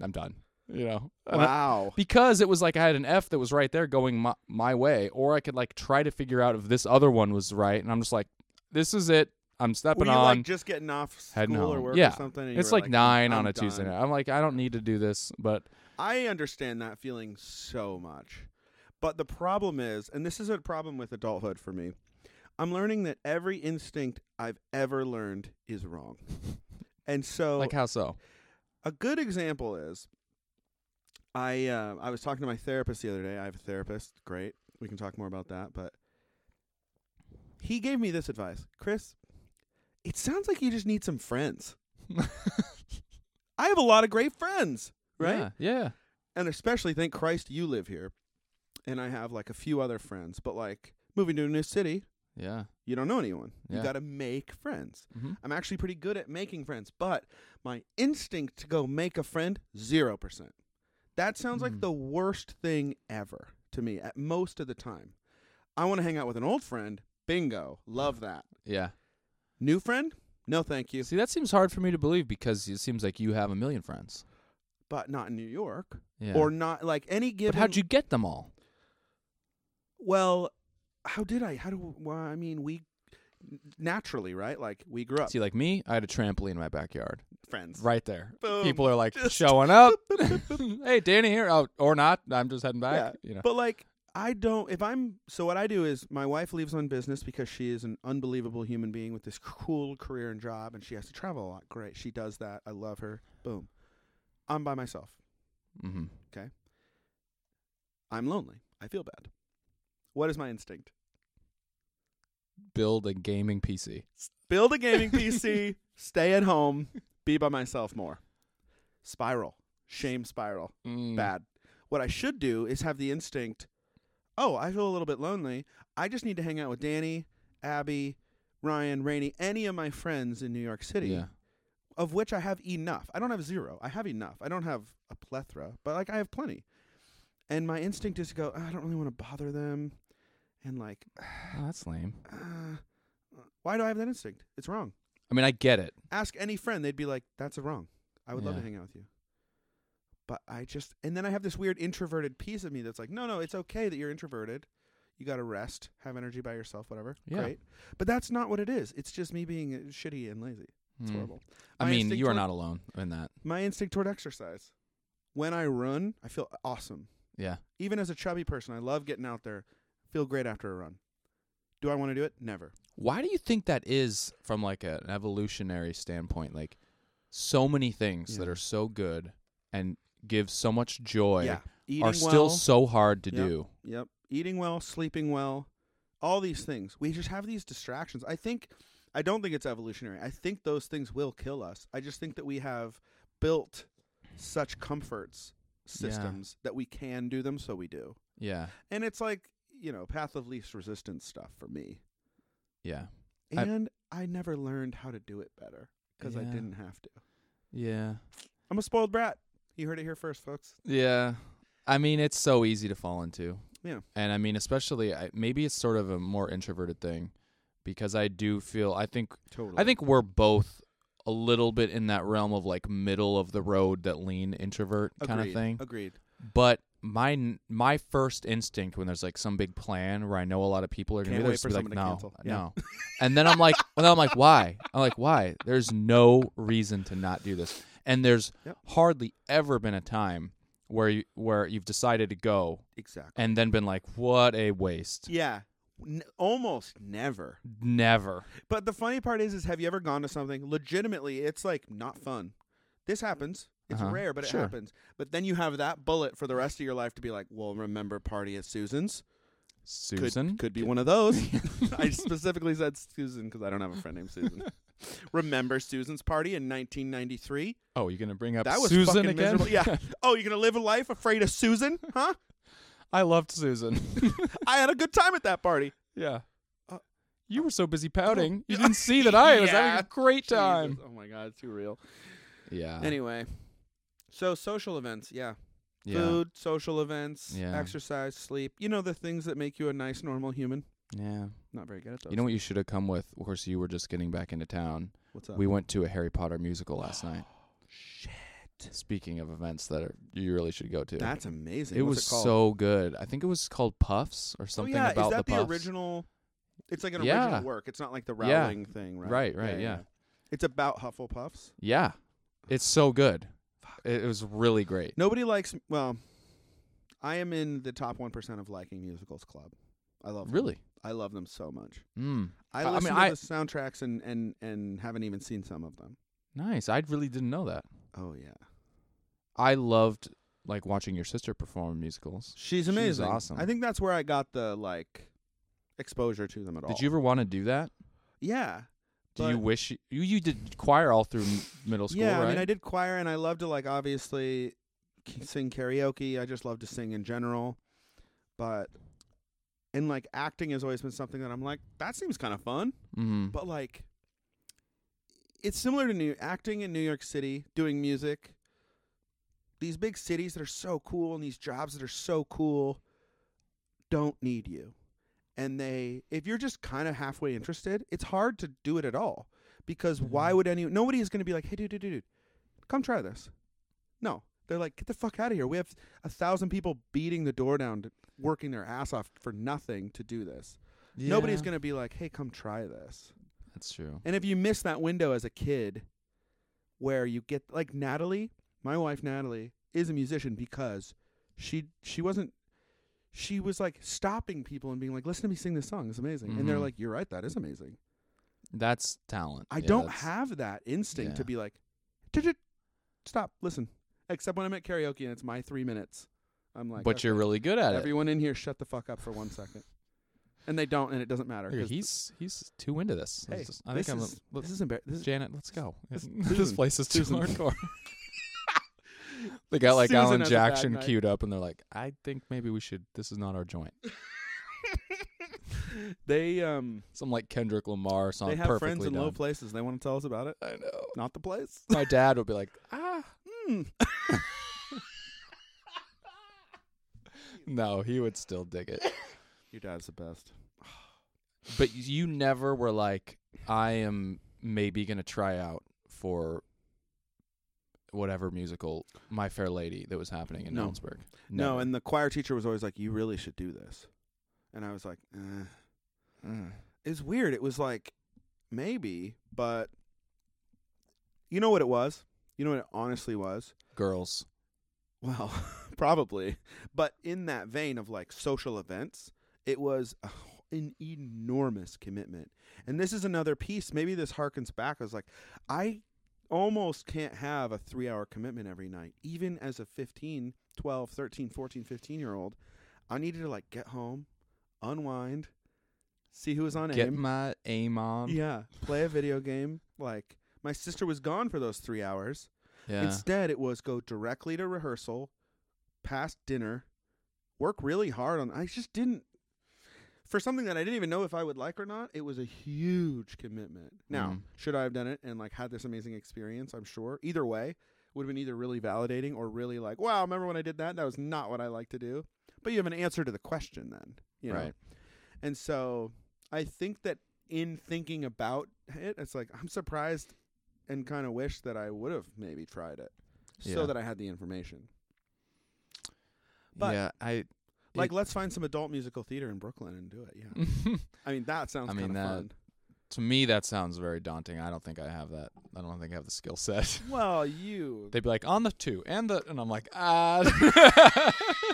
[SPEAKER 2] I'm done. You know, And I-
[SPEAKER 1] Wow.
[SPEAKER 2] because it was like I had an F that was right there going my, my way, or I could like try to figure out if this other one was right, and I'm just like, this is it. I'm
[SPEAKER 1] Were
[SPEAKER 2] stepping
[SPEAKER 1] you
[SPEAKER 2] on.
[SPEAKER 1] like just getting off
[SPEAKER 2] heading
[SPEAKER 1] school or
[SPEAKER 2] home.
[SPEAKER 1] work
[SPEAKER 2] Yeah.
[SPEAKER 1] or something? and you
[SPEAKER 2] it's
[SPEAKER 1] were
[SPEAKER 2] like, nine
[SPEAKER 1] I'm
[SPEAKER 2] on a Tuesday
[SPEAKER 1] done.
[SPEAKER 2] night. I'm like, I don't need to do this, but
[SPEAKER 1] I understand that feeling so much. But the problem is, and this is a problem with adulthood for me, I'm learning that every instinct I've ever learned is wrong. And so
[SPEAKER 2] like how so?
[SPEAKER 1] a good example is I uh, I was talking to my therapist the other day. I have a therapist. Great. We can talk more about that, but he gave me this advice. Chris, it sounds like you just need some friends. I have a lot of great friends, right?
[SPEAKER 2] Yeah. yeah.
[SPEAKER 1] and especially thank Christ you live here, and I have like a few other friends. But like moving to a new city,
[SPEAKER 2] Yeah.
[SPEAKER 1] you don't know anyone.
[SPEAKER 2] Yeah.
[SPEAKER 1] You got to make friends.
[SPEAKER 2] Mhm.
[SPEAKER 1] I'm actually pretty good at making friends, but my instinct to go make a friend zero percent. That sounds
[SPEAKER 2] Mm.
[SPEAKER 1] like the worst thing ever to me. At most of the time, I want to hang out with an old friend. Bingo, love that.
[SPEAKER 2] Yeah.
[SPEAKER 1] New friend? No, thank you.
[SPEAKER 2] See, that seems hard for me to believe because it seems like you have a million friends.
[SPEAKER 1] But not in New York,
[SPEAKER 2] Yeah.
[SPEAKER 1] or not like any
[SPEAKER 2] but
[SPEAKER 1] given.
[SPEAKER 2] how'd you get them all?
[SPEAKER 1] Well, how did I? How do? Well, I mean, we naturally, right? Like we grew up
[SPEAKER 2] See, like me, I had a trampoline in my backyard,
[SPEAKER 1] friends.
[SPEAKER 2] right there.
[SPEAKER 1] Boom.
[SPEAKER 2] People are like
[SPEAKER 1] Just-
[SPEAKER 2] showing up. hey, Danny here. Oh, or not. I'm just heading back. You know.
[SPEAKER 1] But like, I don't. If I'm so, what I do is my wife leaves on business because she is an unbelievable human being with this cool career and job, and she has to travel a lot. Great, she does that. I love her. Boom. I'm by myself.
[SPEAKER 2] hmm
[SPEAKER 1] I'm lonely. I feel bad. What is my instinct?
[SPEAKER 2] Build a gaming PC.
[SPEAKER 1] Build a gaming PC. stay at home. Be by myself more. Spiral. Shame spiral.
[SPEAKER 2] Mm.
[SPEAKER 1] bad. What I should do is have the instinct, oh, I feel a little bit lonely. I just need to hang out with Danny, Abby, Ryan, Rainey, any of my friends in New York City,
[SPEAKER 2] Yeah.
[SPEAKER 1] of which I have enough. I don't have zero. I have enough. I don't have a plethora, but like I have plenty. And my instinct is to go, "Ah, I don't really want to bother them. And like,
[SPEAKER 2] Oh, that's lame.
[SPEAKER 1] uh, why do I have that instinct? It's wrong.
[SPEAKER 2] I mean, I get it.
[SPEAKER 1] Ask any friend, they'd be like, that's a wrong. I would love to
[SPEAKER 2] Yeah.
[SPEAKER 1] hang out with you. But I just, and then I have this weird introverted piece of me that's like, no, no, it's okay that you're introverted. You got to rest, have energy by yourself, whatever.
[SPEAKER 2] Yeah.
[SPEAKER 1] Great. But that's not what it is. It's just me being uh, shitty and lazy. It's
[SPEAKER 2] Mm.
[SPEAKER 1] horrible.
[SPEAKER 2] I
[SPEAKER 1] My
[SPEAKER 2] mean,
[SPEAKER 1] instinct
[SPEAKER 2] you are
[SPEAKER 1] toward-
[SPEAKER 2] not alone in that.
[SPEAKER 1] My instinct toward exercise. When I run, I feel awesome.
[SPEAKER 2] Yeah.
[SPEAKER 1] Even as a chubby person, I love getting out there. Feel great after a run. Do I want to do it? Never.
[SPEAKER 2] Why do you think that is from like a- an evolutionary standpoint? Like so many things that
[SPEAKER 1] Yeah.
[SPEAKER 2] are so good and give so much joy
[SPEAKER 1] yeah. Eating
[SPEAKER 2] are still
[SPEAKER 1] well,
[SPEAKER 2] so hard to
[SPEAKER 1] Yep.
[SPEAKER 2] do.
[SPEAKER 1] Yep. Eating well, sleeping well, all these things. We just have these distractions. I think I don't think it's evolutionary. I think those things will kill us. I just think that we have built such comforts systems that we can do them so we do.
[SPEAKER 2] Yeah.
[SPEAKER 1] And it's like, you know, path of least resistance stuff for me.
[SPEAKER 2] Yeah. I-
[SPEAKER 1] And I, never learned how to do it better because I
[SPEAKER 2] Yeah.
[SPEAKER 1] didn't have to.
[SPEAKER 2] Yeah.
[SPEAKER 1] I'm a spoiled brat. You heard it here first, folks.
[SPEAKER 2] Yeah. I mean, it's so easy to fall into.
[SPEAKER 1] Yeah.
[SPEAKER 2] And I mean, especially I, maybe it's sort of a more introverted thing because I do feel I think
[SPEAKER 1] Totally.
[SPEAKER 2] I think we're both a little bit in that realm of like middle of the road that lean introvert
[SPEAKER 1] Agreed.
[SPEAKER 2] kind of thing.
[SPEAKER 1] Agreed.
[SPEAKER 2] But my n- my first instinct when there's like some big plan where I know a lot of people are gonna
[SPEAKER 1] Can't
[SPEAKER 2] be there
[SPEAKER 1] wait
[SPEAKER 2] is
[SPEAKER 1] for
[SPEAKER 2] to be like
[SPEAKER 1] someone to
[SPEAKER 2] no,
[SPEAKER 1] cancel." Yeah.
[SPEAKER 2] no, and then I'm like, and then I'm like, why? I'm like, why? There's no reason to not do this, and there's
[SPEAKER 1] Yep.
[SPEAKER 2] hardly ever been a time where you where you've decided to go
[SPEAKER 1] Exactly.
[SPEAKER 2] and then been like, what a waste.
[SPEAKER 1] Yeah. N- almost never.
[SPEAKER 2] Never.
[SPEAKER 1] But the funny part is, is have you ever gone to something legitimately? It's like not fun. This happens. It's
[SPEAKER 2] Uh-huh.
[SPEAKER 1] rare, but it
[SPEAKER 2] Sure.
[SPEAKER 1] happens. But then you have that bullet for the rest of your life to be like, well, remember party at Susan's?
[SPEAKER 2] Susan.
[SPEAKER 1] Could, could be one of those. I specifically said Susan because I don't have a friend named Susan. remember Susan's party in 1993?
[SPEAKER 2] oh, you're gonna bring up
[SPEAKER 1] That was
[SPEAKER 2] Susan
[SPEAKER 1] fucking
[SPEAKER 2] again?
[SPEAKER 1] miserable. Yeah. Oh, you're going to live a life afraid of Susan? Huh?
[SPEAKER 2] I loved Susan.
[SPEAKER 1] I had a good time at that party.
[SPEAKER 2] yeah.
[SPEAKER 1] Uh, Oh,
[SPEAKER 2] you were so busy pouting,
[SPEAKER 1] yeah.
[SPEAKER 2] you didn't see that I was having
[SPEAKER 1] Yeah.
[SPEAKER 2] a great time. Uh.
[SPEAKER 1] Jesus. Oh, my God. It's too real.
[SPEAKER 2] Yeah.
[SPEAKER 1] Anyway. So social events, yeah.
[SPEAKER 2] yeah.
[SPEAKER 1] food, social events,
[SPEAKER 2] Yeah.
[SPEAKER 1] exercise, sleep. You know the things that make you a nice, normal human.
[SPEAKER 2] Yeah.
[SPEAKER 1] Not very good at those.
[SPEAKER 2] You know what you should have come with? Of course, you were just getting back into town.
[SPEAKER 1] what's up?
[SPEAKER 2] We went to a Harry Potter musical last night.
[SPEAKER 1] Shit,
[SPEAKER 2] Speaking of events that are, you really should go to.
[SPEAKER 1] that's amazing.
[SPEAKER 2] it
[SPEAKER 1] What's
[SPEAKER 2] was
[SPEAKER 1] called?
[SPEAKER 2] so good. I think it was called Puffs or
[SPEAKER 1] Oh,
[SPEAKER 2] something
[SPEAKER 1] yeah,
[SPEAKER 2] about
[SPEAKER 1] is that the,
[SPEAKER 2] Puffs.
[SPEAKER 1] original? It's like an
[SPEAKER 2] Yeah.
[SPEAKER 1] original work. It's not like the
[SPEAKER 2] Yeah.
[SPEAKER 1] Rowling thing, right?
[SPEAKER 2] Right, right, yeah.
[SPEAKER 1] It's about Hufflepuffs.
[SPEAKER 2] Yeah, it's so good.
[SPEAKER 1] Fuck.
[SPEAKER 2] It, it was really great.
[SPEAKER 1] Nobody likes. Well, I am in the top one percent of liking musicals club. I love. them.
[SPEAKER 2] Really?
[SPEAKER 1] I love them so much.
[SPEAKER 2] Mm. I-
[SPEAKER 1] I,
[SPEAKER 2] I mean,
[SPEAKER 1] listen
[SPEAKER 2] I-
[SPEAKER 1] to the soundtracks and and and haven't even seen some of them.
[SPEAKER 2] Nice. I really didn't know that.
[SPEAKER 1] Oh yeah,
[SPEAKER 2] I loved like watching your sister perform musicals.
[SPEAKER 1] She's
[SPEAKER 2] She's
[SPEAKER 1] amazing.
[SPEAKER 2] awesome.
[SPEAKER 1] I think that's where I got the like exposure to them at all.
[SPEAKER 2] Did you ever want to do that?
[SPEAKER 1] Yeah.
[SPEAKER 2] Do you
[SPEAKER 1] But-
[SPEAKER 2] wish you, you you did choir all through m- middle school,
[SPEAKER 1] yeah,
[SPEAKER 2] right?
[SPEAKER 1] I mean, I did choir and I loved to like obviously k- sing karaoke. I just love to sing in general, but and like acting has always been something that I'm like that seems kind of fun,
[SPEAKER 2] mm-hmm.
[SPEAKER 1] but like it's similar to new acting in New York City, doing music. These big cities that are so cool and these jobs that are so cool don't need you. And they if you're just kind of halfway interested, it's hard to do it at all because why
[SPEAKER 2] Mhm.
[SPEAKER 1] would any nobody is going to be like, "Hey dude, dude, dude, dude, come try this." No. They're like, "Get the fuck out of here. We have a thousand people beating the door down, to, working their ass off for nothing to do this." Nobody's
[SPEAKER 2] Yeah,
[SPEAKER 1] going to be like, "Hey, come try this."
[SPEAKER 2] That's true.
[SPEAKER 1] And if you miss that window as a kid where you get like Natalie, my wife Natalie is a musician because she she wasn't she was like stopping people and being like, "Listen to me sing this song. It's amazing." And they're
[SPEAKER 2] Mhm.
[SPEAKER 1] like, "You're right. That is amazing."
[SPEAKER 2] That's talent.
[SPEAKER 1] I
[SPEAKER 2] Yeah,
[SPEAKER 1] don't
[SPEAKER 2] that's-
[SPEAKER 1] have that instinct to
[SPEAKER 2] yeah.
[SPEAKER 1] be like, "Tut-tut, "Stop. Listen." Except when I'm at karaoke and it's my 3 minutes. I'm like,
[SPEAKER 2] but you're
[SPEAKER 1] "Okay,
[SPEAKER 2] really good at it.
[SPEAKER 1] everyone in here shut the fuck up for 1 second. And they don't and it doesn't matter.
[SPEAKER 2] Look,
[SPEAKER 1] 'cause
[SPEAKER 2] he's he's too into this.
[SPEAKER 1] Hey,
[SPEAKER 2] This is- I
[SPEAKER 1] this,
[SPEAKER 2] think I'm.
[SPEAKER 1] is,
[SPEAKER 2] let-
[SPEAKER 1] this is embar- this is
[SPEAKER 2] Janet, let's go.
[SPEAKER 1] this-
[SPEAKER 2] This
[SPEAKER 1] Susan.
[SPEAKER 2] place is too
[SPEAKER 1] Susan.
[SPEAKER 2] hardcore. they got like
[SPEAKER 1] Susan
[SPEAKER 2] Alan
[SPEAKER 1] has a bad
[SPEAKER 2] Jackson
[SPEAKER 1] night.
[SPEAKER 2] queued up, and they're like, "I think maybe we should. This is not our joint."
[SPEAKER 1] they um
[SPEAKER 2] Some like Kendrick Lamar song.
[SPEAKER 1] they have
[SPEAKER 2] perfectly
[SPEAKER 1] friends in
[SPEAKER 2] done.
[SPEAKER 1] low places. They want to tell us about it.
[SPEAKER 2] I know.
[SPEAKER 1] Not the place.
[SPEAKER 2] My dad would be like, "Ah,
[SPEAKER 1] Hmm.
[SPEAKER 2] no." He would still dig it.
[SPEAKER 1] Your dad's the best.
[SPEAKER 2] But you never were like, I am maybe gonna try out for whatever musical My Fair Lady that was happening in
[SPEAKER 1] No.
[SPEAKER 2] Ellensburg.
[SPEAKER 1] No,
[SPEAKER 2] Never.
[SPEAKER 1] and the choir teacher was always like, "You really should do this," and I was like, eh.
[SPEAKER 2] Mm.
[SPEAKER 1] "It's weird." It was like, maybe, but you know what it was? You know what it honestly was?
[SPEAKER 2] girls.
[SPEAKER 1] Well, probably. But in that vein of like social events, it was a, an enormous commitment. And this is another piece. Maybe this harkens back. I was like, I almost can't have a three hour commitment every night, even as a 15, 12, 13, 14, 15 year old. I needed to like get home, unwind, see who was on
[SPEAKER 2] Get
[SPEAKER 1] AIM.
[SPEAKER 2] my aim on.
[SPEAKER 1] Yeah, play a video game. Like my sister was gone for those three hours.
[SPEAKER 2] Yeah.
[SPEAKER 1] Instead, it was go directly to rehearsal, past dinner, work really hard on. I just didn't for something that I didn't even know if I would like or not. It was a huge commitment. Now,
[SPEAKER 2] Mm.
[SPEAKER 1] should I have done it and like had this amazing experience? I'm sure. Either way, would have been either really validating or really like, wow, remember when I did that? That was not what I like to do. But you have an answer to the question then, you know?
[SPEAKER 2] Right.
[SPEAKER 1] And so I think that in thinking about it, it's like I'm surprised and kind of wish that I would have maybe tried it so
[SPEAKER 2] Yeah.
[SPEAKER 1] that I had the information. But-
[SPEAKER 2] yeah, I
[SPEAKER 1] Like,
[SPEAKER 2] It- Mm.
[SPEAKER 1] let's find some adult musical theater in Brooklyn and do it. Yeah. I mean, that sounds
[SPEAKER 2] I mean,
[SPEAKER 1] kind of
[SPEAKER 2] that-
[SPEAKER 1] fun.
[SPEAKER 2] to me that sounds very daunting. I don't think I have that. I don't think I have the skill set.
[SPEAKER 1] Well, you.
[SPEAKER 2] They'd be like on the two and the and I'm like ah.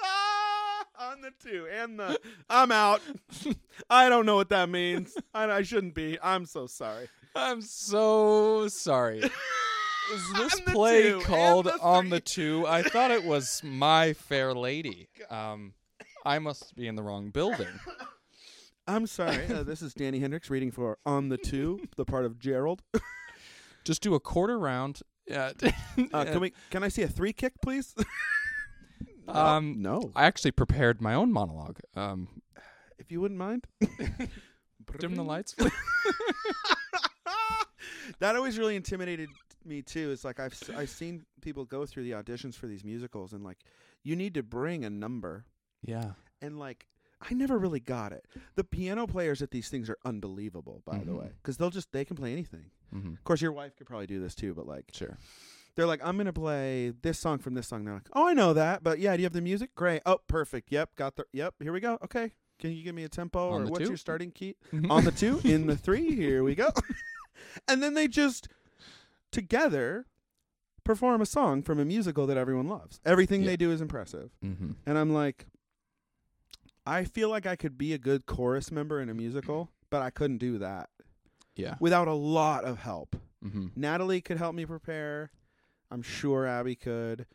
[SPEAKER 1] Ah, On the two and the I'm out. I don't know what that means. I, I shouldn't be. I'm so sorry.
[SPEAKER 2] I'm so sorry. Is this
[SPEAKER 1] On the two
[SPEAKER 2] play
[SPEAKER 1] and
[SPEAKER 2] called
[SPEAKER 1] the
[SPEAKER 2] On the
[SPEAKER 1] three. Oh
[SPEAKER 2] Two? I thought it was My Fair Lady. Um, I must be in the wrong building.
[SPEAKER 1] I'm sorry. Uh, this is Danny Hendricks reading for On the Two, the part of Gerald.
[SPEAKER 2] Just do a quarter round. Yeah.
[SPEAKER 1] Uh, can we? Can I see a three kick, please?
[SPEAKER 2] Um,
[SPEAKER 1] no.
[SPEAKER 2] I actually prepared my own monologue. Um,
[SPEAKER 1] if you wouldn't mind.
[SPEAKER 2] dim the lights. please.
[SPEAKER 1] that always really intimidated me too. It's like I've s- I've seen people go through the auditions for these musicals, and like you need to bring a number,
[SPEAKER 2] yeah.
[SPEAKER 1] and like I never really got it. The piano players at these things are unbelievable, by the
[SPEAKER 2] Mhm.
[SPEAKER 1] way, because they'll just they can play anything.
[SPEAKER 2] Mm-hmm.
[SPEAKER 1] Of course, your wife could probably do this too, but like
[SPEAKER 2] Sure.
[SPEAKER 1] they're like, I'm gonna play this song from this song. They're like, Oh, I know that, but yeah, do you have the music? Great. Oh, perfect. Yep, got the. Yep, here we go. Okay, can you give me a tempo
[SPEAKER 2] On
[SPEAKER 1] or
[SPEAKER 2] the
[SPEAKER 1] what's
[SPEAKER 2] two?
[SPEAKER 1] your starting key? on the two, in the three, here we go. and then they just together perform a song from a musical that everyone loves. Everything
[SPEAKER 2] Yeah.
[SPEAKER 1] they do is impressive.
[SPEAKER 2] Mm-hmm.
[SPEAKER 1] And I'm like, I feel like I could be a good chorus member in a musical, but I couldn't do that
[SPEAKER 2] Yeah.
[SPEAKER 1] without a lot of help.
[SPEAKER 2] Mm-hmm.
[SPEAKER 1] Natalie could help me prepare. I'm sure Abby could.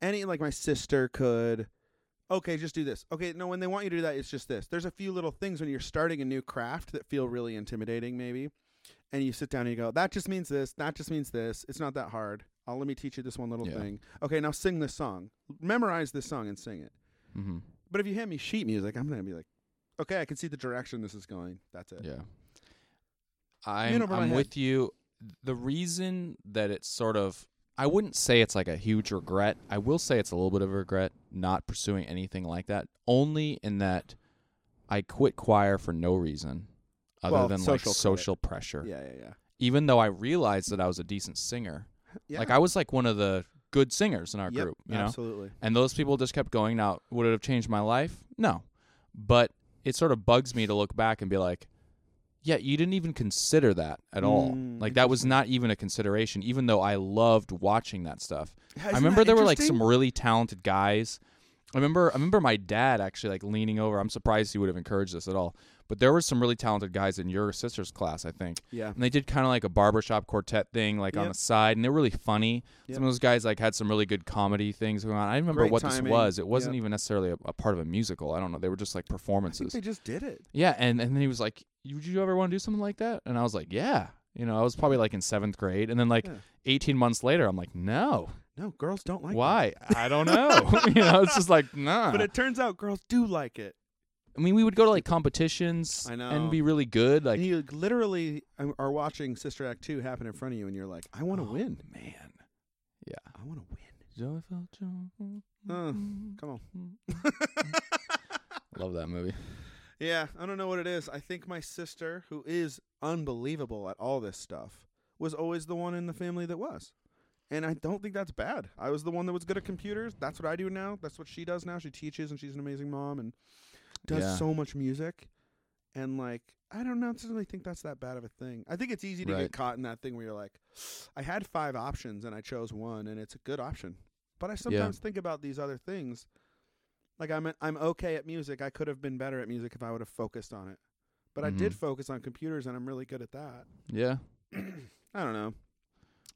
[SPEAKER 1] Any like my sister could. Okay, just do this. Okay, no, when they want you to do that, it's just this. There's a few little things when you're starting a new craft that feel really intimidating, maybe. And you sit down and you go, that just means this. That just means this. It's not that hard. I'll let me teach you this one little
[SPEAKER 2] Yeah.
[SPEAKER 1] thing. Okay, now sing this song. Memorize this song and sing it.
[SPEAKER 2] Mm-hmm.
[SPEAKER 1] But if you hand me sheet music, I'm gonna be like, okay, I can see the direction this is going. That's it.
[SPEAKER 2] Yeah. I'm,
[SPEAKER 1] over my
[SPEAKER 2] I'm
[SPEAKER 1] head.
[SPEAKER 2] with you. The reason that it's sort of, I wouldn't say it's like a huge regret. I will say it's a little bit of a regret not pursuing anything like that, only in that I quit choir for no reason other
[SPEAKER 1] Well,
[SPEAKER 2] than
[SPEAKER 1] social
[SPEAKER 2] like
[SPEAKER 1] credit.
[SPEAKER 2] social pressure.
[SPEAKER 1] Yeah, yeah, yeah.
[SPEAKER 2] Even though I realized that I was a decent singer.
[SPEAKER 1] yeah.
[SPEAKER 2] Like I was like one of the good singers in our
[SPEAKER 1] Yep,
[SPEAKER 2] group, you know?
[SPEAKER 1] absolutely.
[SPEAKER 2] and those people just kept going. Now, would it have changed my life? No, but it sort of bugs me to look back and be like, yeah, you didn't even consider that at all.
[SPEAKER 1] Mm,
[SPEAKER 2] Like that was not even a consideration, even though I loved watching that stuff.
[SPEAKER 1] Isn't
[SPEAKER 2] I remember
[SPEAKER 1] that
[SPEAKER 2] there were like
[SPEAKER 1] interesting?
[SPEAKER 2] some really talented guys. I remember I remember my dad actually like leaning over. I'm surprised he would have encouraged this at all. But there were some really talented guys in your sister's class, I think.
[SPEAKER 1] Yeah.
[SPEAKER 2] And they did kind of like a barbershop quartet thing, like on
[SPEAKER 1] Yep.
[SPEAKER 2] the side, and they were really funny.
[SPEAKER 1] Yep.
[SPEAKER 2] Some of those guys like had some really good comedy things going on. I remember
[SPEAKER 1] Great
[SPEAKER 2] what this
[SPEAKER 1] timing.
[SPEAKER 2] was. It wasn't
[SPEAKER 1] Yep.
[SPEAKER 2] even necessarily a, a part of a musical. I don't know. They were just like
[SPEAKER 1] I think
[SPEAKER 2] performances.
[SPEAKER 1] they just did it.
[SPEAKER 2] yeah, and and then he was like, "You- "Would you ever want to do something like that?" And I was like, "Yeah." You know, I was probably like in seventh grade, and then like
[SPEAKER 1] Yeah.
[SPEAKER 2] 18 months later, I'm like, "No,
[SPEAKER 1] No, girls don't like it.
[SPEAKER 2] why? I don't know." you know, it's just like, nah.
[SPEAKER 1] But it turns out girls do like it.
[SPEAKER 2] I mean, we would go to like competitions
[SPEAKER 1] I know.
[SPEAKER 2] and be really good. Like,
[SPEAKER 1] and you literally um, are watching Sister Act 2 happen in front of you, and you're like, I want to
[SPEAKER 2] Oh,
[SPEAKER 1] win.
[SPEAKER 2] man.
[SPEAKER 1] I want to win.
[SPEAKER 2] Joyful Joe.
[SPEAKER 1] Uh, Come on.
[SPEAKER 2] Love that movie.
[SPEAKER 1] Yeah, I don't know what it is. I think my sister, who is unbelievable at all this stuff, was always the one in the family that was. And I don't think that's bad. I was the one that was good at computers. That's what I do now. That's what she does now. She teaches and she's an amazing mom and does
[SPEAKER 2] Yeah.
[SPEAKER 1] so much music. And like, I don't necessarily think that's that bad of a thing. I think it's easy to
[SPEAKER 2] Right.
[SPEAKER 1] get caught in that thing where you're like, I had five options and I chose one and it's a good option. But I sometimes think about these other things Like I'm I'm okay at music. I could have been better at music if I would have focused on it. But I did
[SPEAKER 2] Mhm.
[SPEAKER 1] focus on computers and I'm really good at that.
[SPEAKER 2] Yeah.
[SPEAKER 1] I don't know.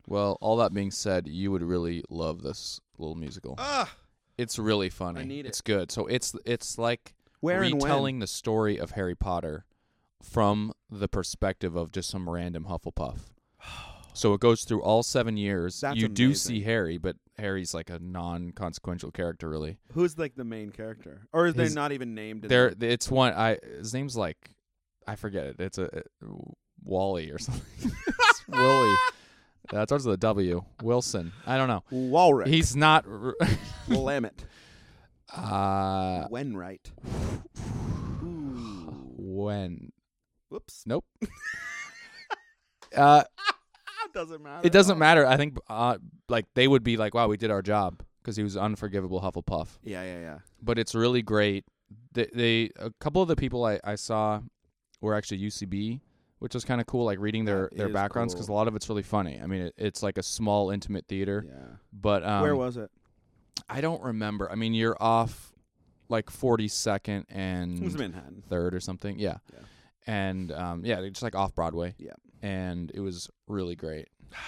[SPEAKER 2] Well, all that being said, you would really love this little musical.
[SPEAKER 1] Ah,
[SPEAKER 2] It's really funny.
[SPEAKER 1] need it.
[SPEAKER 2] It's good. So it's it's like
[SPEAKER 1] where and when?
[SPEAKER 2] retelling the story of Harry Potter from the perspective of just some random Hufflepuff. So it goes through all seven years.
[SPEAKER 1] That's
[SPEAKER 2] you do
[SPEAKER 1] amazing.
[SPEAKER 2] see Harry, but Harry's like a non-consequential character, really.
[SPEAKER 1] Who's like the main character? Or is they
[SPEAKER 2] His-
[SPEAKER 1] not even named in
[SPEAKER 2] There, it's one. I his name's like I forget it. It's a, Wally or something. it's Willie. That starts with a W. Wilson. I don't know.
[SPEAKER 1] the- Walrick.
[SPEAKER 2] He's not.
[SPEAKER 1] Willamette.
[SPEAKER 2] Uh,
[SPEAKER 1] Wenright. Ooh.
[SPEAKER 2] when
[SPEAKER 1] Whoops.
[SPEAKER 2] nope. uh,
[SPEAKER 1] That doesn't matter.
[SPEAKER 2] it doesn't
[SPEAKER 1] Oh.
[SPEAKER 2] matter. I think uh, like they would be like, "Wow, we did our job," because he was unforgivable Hufflepuff.
[SPEAKER 1] Yeah, yeah, yeah.
[SPEAKER 2] But it's really great. They, they a couple of the people I, I saw were actually UCB, which was kind of cool. Like reading their
[SPEAKER 1] That
[SPEAKER 2] their
[SPEAKER 1] is
[SPEAKER 2] backgrounds because
[SPEAKER 1] cool.
[SPEAKER 2] a lot of it's really funny. I mean, it, it's like a small intimate theater.
[SPEAKER 1] Yeah.
[SPEAKER 2] But um,
[SPEAKER 1] Where was it?
[SPEAKER 2] I don't remember. I mean, you're off like 42nd and
[SPEAKER 1] It was Manhattan.
[SPEAKER 2] third or something. Yeah.
[SPEAKER 1] Yeah.
[SPEAKER 2] And um, yeah, they're just like off Broadway.
[SPEAKER 1] Yeah.
[SPEAKER 2] And it was really great.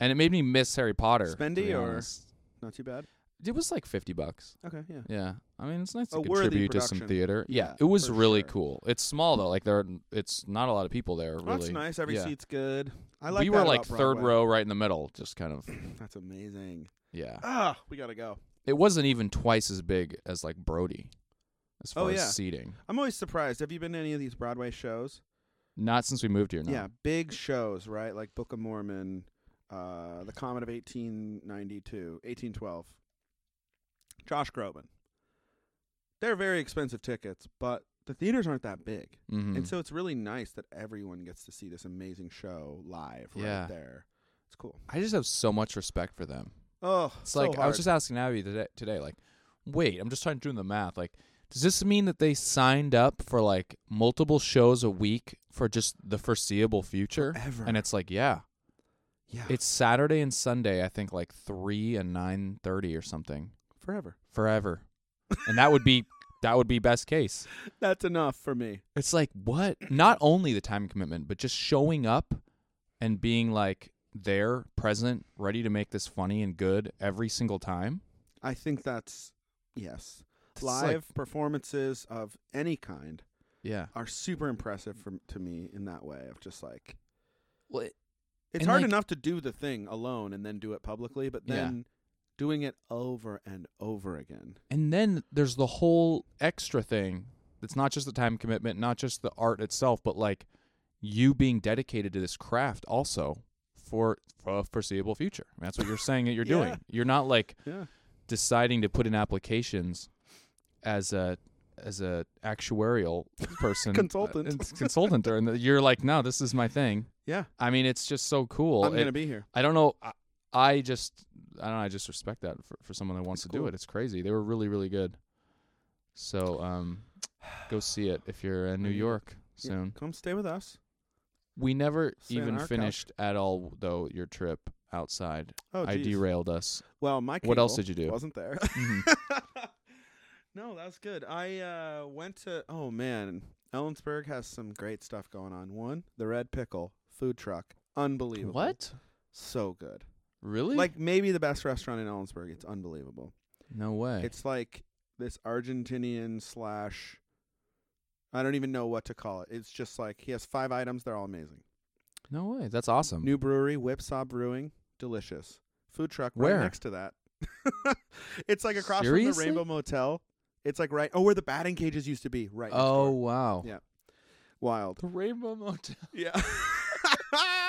[SPEAKER 2] And it made me miss Harry Potter. to
[SPEAKER 1] Spendy
[SPEAKER 2] be
[SPEAKER 1] or-
[SPEAKER 2] honest.
[SPEAKER 1] Not too bad.
[SPEAKER 2] it was like fifty bucks.
[SPEAKER 1] Okay, yeah.
[SPEAKER 2] Yeah. I mean, it's nice to
[SPEAKER 1] A worthy
[SPEAKER 2] contribute to some
[SPEAKER 1] production.
[SPEAKER 2] theater. Yeah,
[SPEAKER 1] Yeah,
[SPEAKER 2] it was
[SPEAKER 1] for
[SPEAKER 2] really
[SPEAKER 1] sure.
[SPEAKER 2] cool. It's small though. Like there, are, it's not a lot of people there. Really.
[SPEAKER 1] Well, That's nice. Every
[SPEAKER 2] yeah.
[SPEAKER 1] seat's good. I like
[SPEAKER 2] we
[SPEAKER 1] that
[SPEAKER 2] were like
[SPEAKER 1] about
[SPEAKER 2] third
[SPEAKER 1] Broadway.
[SPEAKER 2] row, right in the middle. Just kind of.
[SPEAKER 1] That's amazing.
[SPEAKER 2] Yeah.
[SPEAKER 1] Ah, we gotta go.
[SPEAKER 2] It wasn't even twice as big as like Brody, as
[SPEAKER 1] Oh,
[SPEAKER 2] far
[SPEAKER 1] yeah.
[SPEAKER 2] as seating.
[SPEAKER 1] I'm always surprised. Have you been to any of these Broadway shows?
[SPEAKER 2] Not since we moved here. No.
[SPEAKER 1] Yeah, big shows, right? Like Book of Mormon, uh, The Comet of 1892, 1812. Josh Groban. They're very expensive tickets, but the theaters aren't that big.
[SPEAKER 2] Mm-hmm.
[SPEAKER 1] And so it's really nice that everyone gets to see this amazing show live
[SPEAKER 2] Yeah.
[SPEAKER 1] right there. It's cool.
[SPEAKER 2] I just have so much respect for them.
[SPEAKER 1] Oh,
[SPEAKER 2] It's
[SPEAKER 1] so
[SPEAKER 2] like I
[SPEAKER 1] hard.
[SPEAKER 2] was just asking Abby today, today, like, wait, I'm just trying to do the math. Like, does this mean that they signed up for like multiple shows a week for just the foreseeable future?
[SPEAKER 1] Forever.
[SPEAKER 2] And it's like, yeah,
[SPEAKER 1] yeah,
[SPEAKER 2] it's Saturday and Sunday. I think like three and nine thirty or something
[SPEAKER 1] forever.
[SPEAKER 2] forever, and that would be that would be best case.
[SPEAKER 1] That's enough for me.
[SPEAKER 2] It's like what? Not only the time commitment, but just showing up and being like there, present, ready to make this funny and good every single time.
[SPEAKER 1] I think that's yes.
[SPEAKER 2] It's
[SPEAKER 1] Live
[SPEAKER 2] like-
[SPEAKER 1] performances of any kind
[SPEAKER 2] yeah.
[SPEAKER 1] are super impressive from to me in that way of just like
[SPEAKER 2] Well,
[SPEAKER 1] it's
[SPEAKER 2] And,
[SPEAKER 1] hard
[SPEAKER 2] like-
[SPEAKER 1] enough to do the thing alone and then do it publicly, but
[SPEAKER 2] Yeah.
[SPEAKER 1] then doing it over and over again.
[SPEAKER 2] And then there's the whole extra thing that's not just the time commitment, not just the art itself, but like you being dedicated to this craft also for for a foreseeable future. I mean, that's what you're saying that you're
[SPEAKER 1] Yeah.
[SPEAKER 2] doing. You're not like
[SPEAKER 1] Yeah.
[SPEAKER 2] deciding to put in applications as a as a actuarial person
[SPEAKER 1] Consultant.
[SPEAKER 2] uh, it's consultant or and you're like no this is my thing
[SPEAKER 1] Yeah.
[SPEAKER 2] i mean it's just so cool
[SPEAKER 1] I'm
[SPEAKER 2] It-
[SPEAKER 1] going to be here.
[SPEAKER 2] I don't know. I, I just, I don't know. I just respect that for, for someone that wants
[SPEAKER 1] It's
[SPEAKER 2] to do
[SPEAKER 1] cool.
[SPEAKER 2] it. It's crazy. They were really, really good. So, um, go see it if you're in New
[SPEAKER 1] need it.
[SPEAKER 2] York
[SPEAKER 1] Yeah,
[SPEAKER 2] soon.
[SPEAKER 1] Come stay with us.
[SPEAKER 2] We never
[SPEAKER 1] Sit on our
[SPEAKER 2] even
[SPEAKER 1] couch.
[SPEAKER 2] finished at all, though, your trip outside.
[SPEAKER 1] Oh,
[SPEAKER 2] I
[SPEAKER 1] geez.
[SPEAKER 2] derailed us.
[SPEAKER 1] Well, my
[SPEAKER 2] What else
[SPEAKER 1] cable
[SPEAKER 2] did you do?
[SPEAKER 1] Wasn't there?
[SPEAKER 2] Mhm.
[SPEAKER 1] no, that was good. I uh, went to. Oh man, Ellensburg has some great stuff going on. One, the Red Pickle food truck, unbelievable.
[SPEAKER 2] what?
[SPEAKER 1] So good.
[SPEAKER 2] Really?
[SPEAKER 1] Like maybe the best restaurant in Ellensburg. It's unbelievable.
[SPEAKER 2] no way.
[SPEAKER 1] It's like this Argentinian slash. I don't even know what to call it. It's just like he has five items. They're all amazing.
[SPEAKER 2] no way. That's awesome.
[SPEAKER 1] New brewery, Whipsaw Brewing, delicious. Food truck right
[SPEAKER 2] Where?
[SPEAKER 1] next to that. it's like across from
[SPEAKER 2] Seriously?
[SPEAKER 1] the Rainbow Motel. It's like right oh where the batting cages used to be, right. next
[SPEAKER 2] oh
[SPEAKER 1] door.
[SPEAKER 2] wow.
[SPEAKER 1] Yeah. wild.
[SPEAKER 2] The Rainbow Motel.
[SPEAKER 1] Yeah.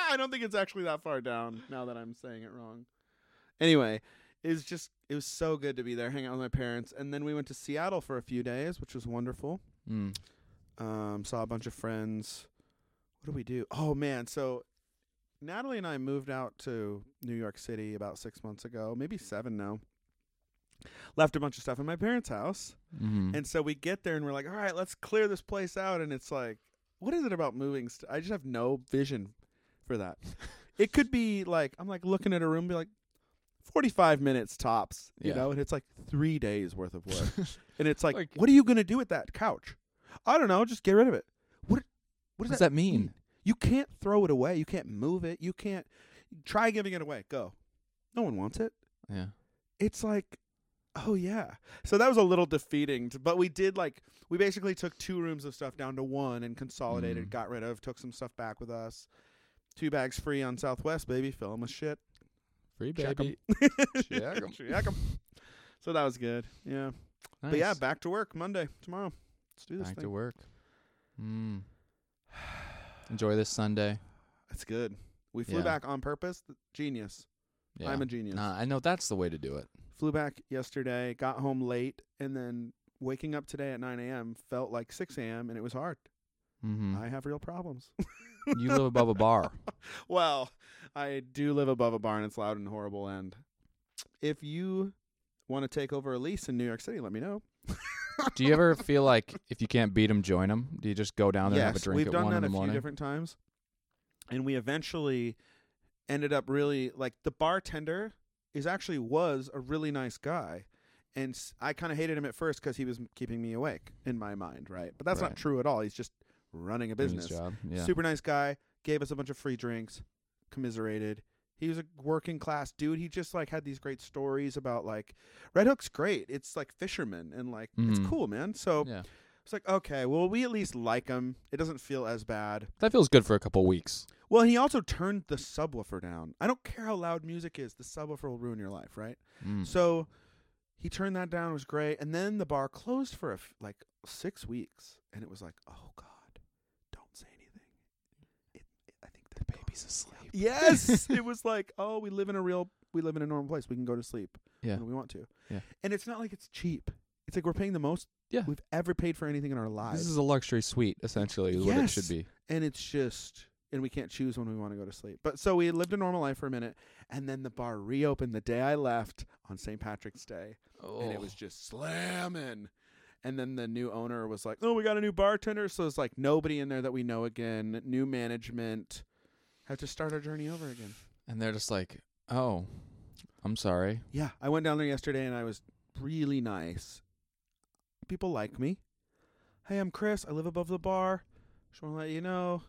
[SPEAKER 1] I don't think it's actually that far down now that I'm saying it wrong. Anyway, it was just it was so good to be there, hang out with my parents, and then we went to Seattle for a few days, which was wonderful.
[SPEAKER 2] Mm.
[SPEAKER 1] Um, saw a bunch of friends. What do we do? Oh man, so Natalie and I moved out to New York City about six months ago, maybe seven now. Left a bunch of stuff in my parents' house,
[SPEAKER 2] Mhm.
[SPEAKER 1] and so we get there and we're like, "All right, let's clear this place out." And it's like, what is it about moving? St- I just have no vision for that. it could be like I'm like looking at a room, and be like, 45 minutes tops, you
[SPEAKER 2] Yeah.
[SPEAKER 1] know, and it's like three days worth of work. and it's like,
[SPEAKER 2] Like-
[SPEAKER 1] what are you going to do with that couch? I don't know. Just get rid of it. What, what
[SPEAKER 2] What
[SPEAKER 1] does
[SPEAKER 2] does
[SPEAKER 1] that
[SPEAKER 2] that mean?
[SPEAKER 1] You can't throw it away. You can't move it. You can't try giving it away. Go. No one wants it.
[SPEAKER 2] Yeah.
[SPEAKER 1] It's like, oh yeah. So that was a little defeating, t- but we did like we basically took two rooms of stuff down to one and consolidated,
[SPEAKER 2] Mm.
[SPEAKER 1] got rid of, took some stuff back with us. Two bags free on Southwest, baby. Fill 'em with shit.
[SPEAKER 2] Free
[SPEAKER 1] Check 'em.
[SPEAKER 2] baby. Check 'em.
[SPEAKER 1] Check 'em. So that was good. Yeah. But yeah, back to work Monday tomorrow. Let's do this
[SPEAKER 2] back
[SPEAKER 1] thing.
[SPEAKER 2] to work. Mm. Enjoy this Sunday.
[SPEAKER 1] That's good. We flew
[SPEAKER 2] Yeah.
[SPEAKER 1] back on purpose. Th- Genius.
[SPEAKER 2] Yeah.
[SPEAKER 1] I'm a genius.
[SPEAKER 2] Nah, I know that's the way to do it.
[SPEAKER 1] Flew back yesterday, got home late, and then waking up today at 9 a.m. felt like 6 a.m. and it was hard.
[SPEAKER 2] Mm-hmm.
[SPEAKER 1] I have real problems.
[SPEAKER 2] you live above a bar.
[SPEAKER 1] Well, I do live above a bar and it's loud and horrible. And if you want to take over a lease in New York City, let me know.
[SPEAKER 2] Do you ever feel like if you can't beat 'em, join 'em? Do you just go down there and have a
[SPEAKER 1] yes,
[SPEAKER 2] drink
[SPEAKER 1] we've
[SPEAKER 2] at
[SPEAKER 1] done
[SPEAKER 2] one
[SPEAKER 1] that
[SPEAKER 2] in the
[SPEAKER 1] a
[SPEAKER 2] morning?
[SPEAKER 1] few different times, and we eventually ended up really like the bartender is actually was a really nice guy, and s- I kind of hated him at first because he was m- keeping me awake in my mind, right? But that's not
[SPEAKER 2] Right.
[SPEAKER 1] true at all. He's just running a
[SPEAKER 2] Doing
[SPEAKER 1] business.
[SPEAKER 2] His job. Yeah.
[SPEAKER 1] Super nice guy. Gave us a bunch of free drinks. Commiserated. He was a working class dude. He just like had these great stories about like Red Hook's great. It's like fishermen and like it's
[SPEAKER 2] Mhm.
[SPEAKER 1] cool, man. So
[SPEAKER 2] yeah.
[SPEAKER 1] it's like okay, well we at least like him. It doesn't feel as bad.
[SPEAKER 2] That feels good for a couple weeks.
[SPEAKER 1] Well, he also turned the subwoofer down. I don't care how loud music is. The subwoofer will ruin your life, right?
[SPEAKER 2] Mm.
[SPEAKER 1] So he turned that down. It was great. And then the bar closed for a f- like six weeks, and it was like, oh god, don't say anything. It, it, I think the baby's
[SPEAKER 2] asleep.
[SPEAKER 1] Yes, it was like, oh, we live in a real, we live in a normal place. We can go to sleep
[SPEAKER 2] Yeah.
[SPEAKER 1] when we want to.
[SPEAKER 2] Yeah.
[SPEAKER 1] And it's not like it's cheap. It's like we're paying the most
[SPEAKER 2] Yeah.
[SPEAKER 1] we've ever paid for anything in our lives,
[SPEAKER 2] This is a luxury suite, essentially, is what it should
[SPEAKER 1] Yes.
[SPEAKER 2] be.
[SPEAKER 1] and it's just, and we can't choose when we want to go to sleep. But so we lived a normal life for a minute, and then the bar reopened the day I left on St. Patrick's Day and
[SPEAKER 2] Oh.
[SPEAKER 1] it was just slamming. And then the new owner was like, "Oh, we got a new bartender." So it's like nobody in there that we know again. New management. Have to start our journey over again.
[SPEAKER 2] and they're just like, oh, I'm sorry.
[SPEAKER 1] Yeah, I went down there yesterday and I was really nice. People like me. Hey, I'm Chris. I live above the bar. Just want to let you know,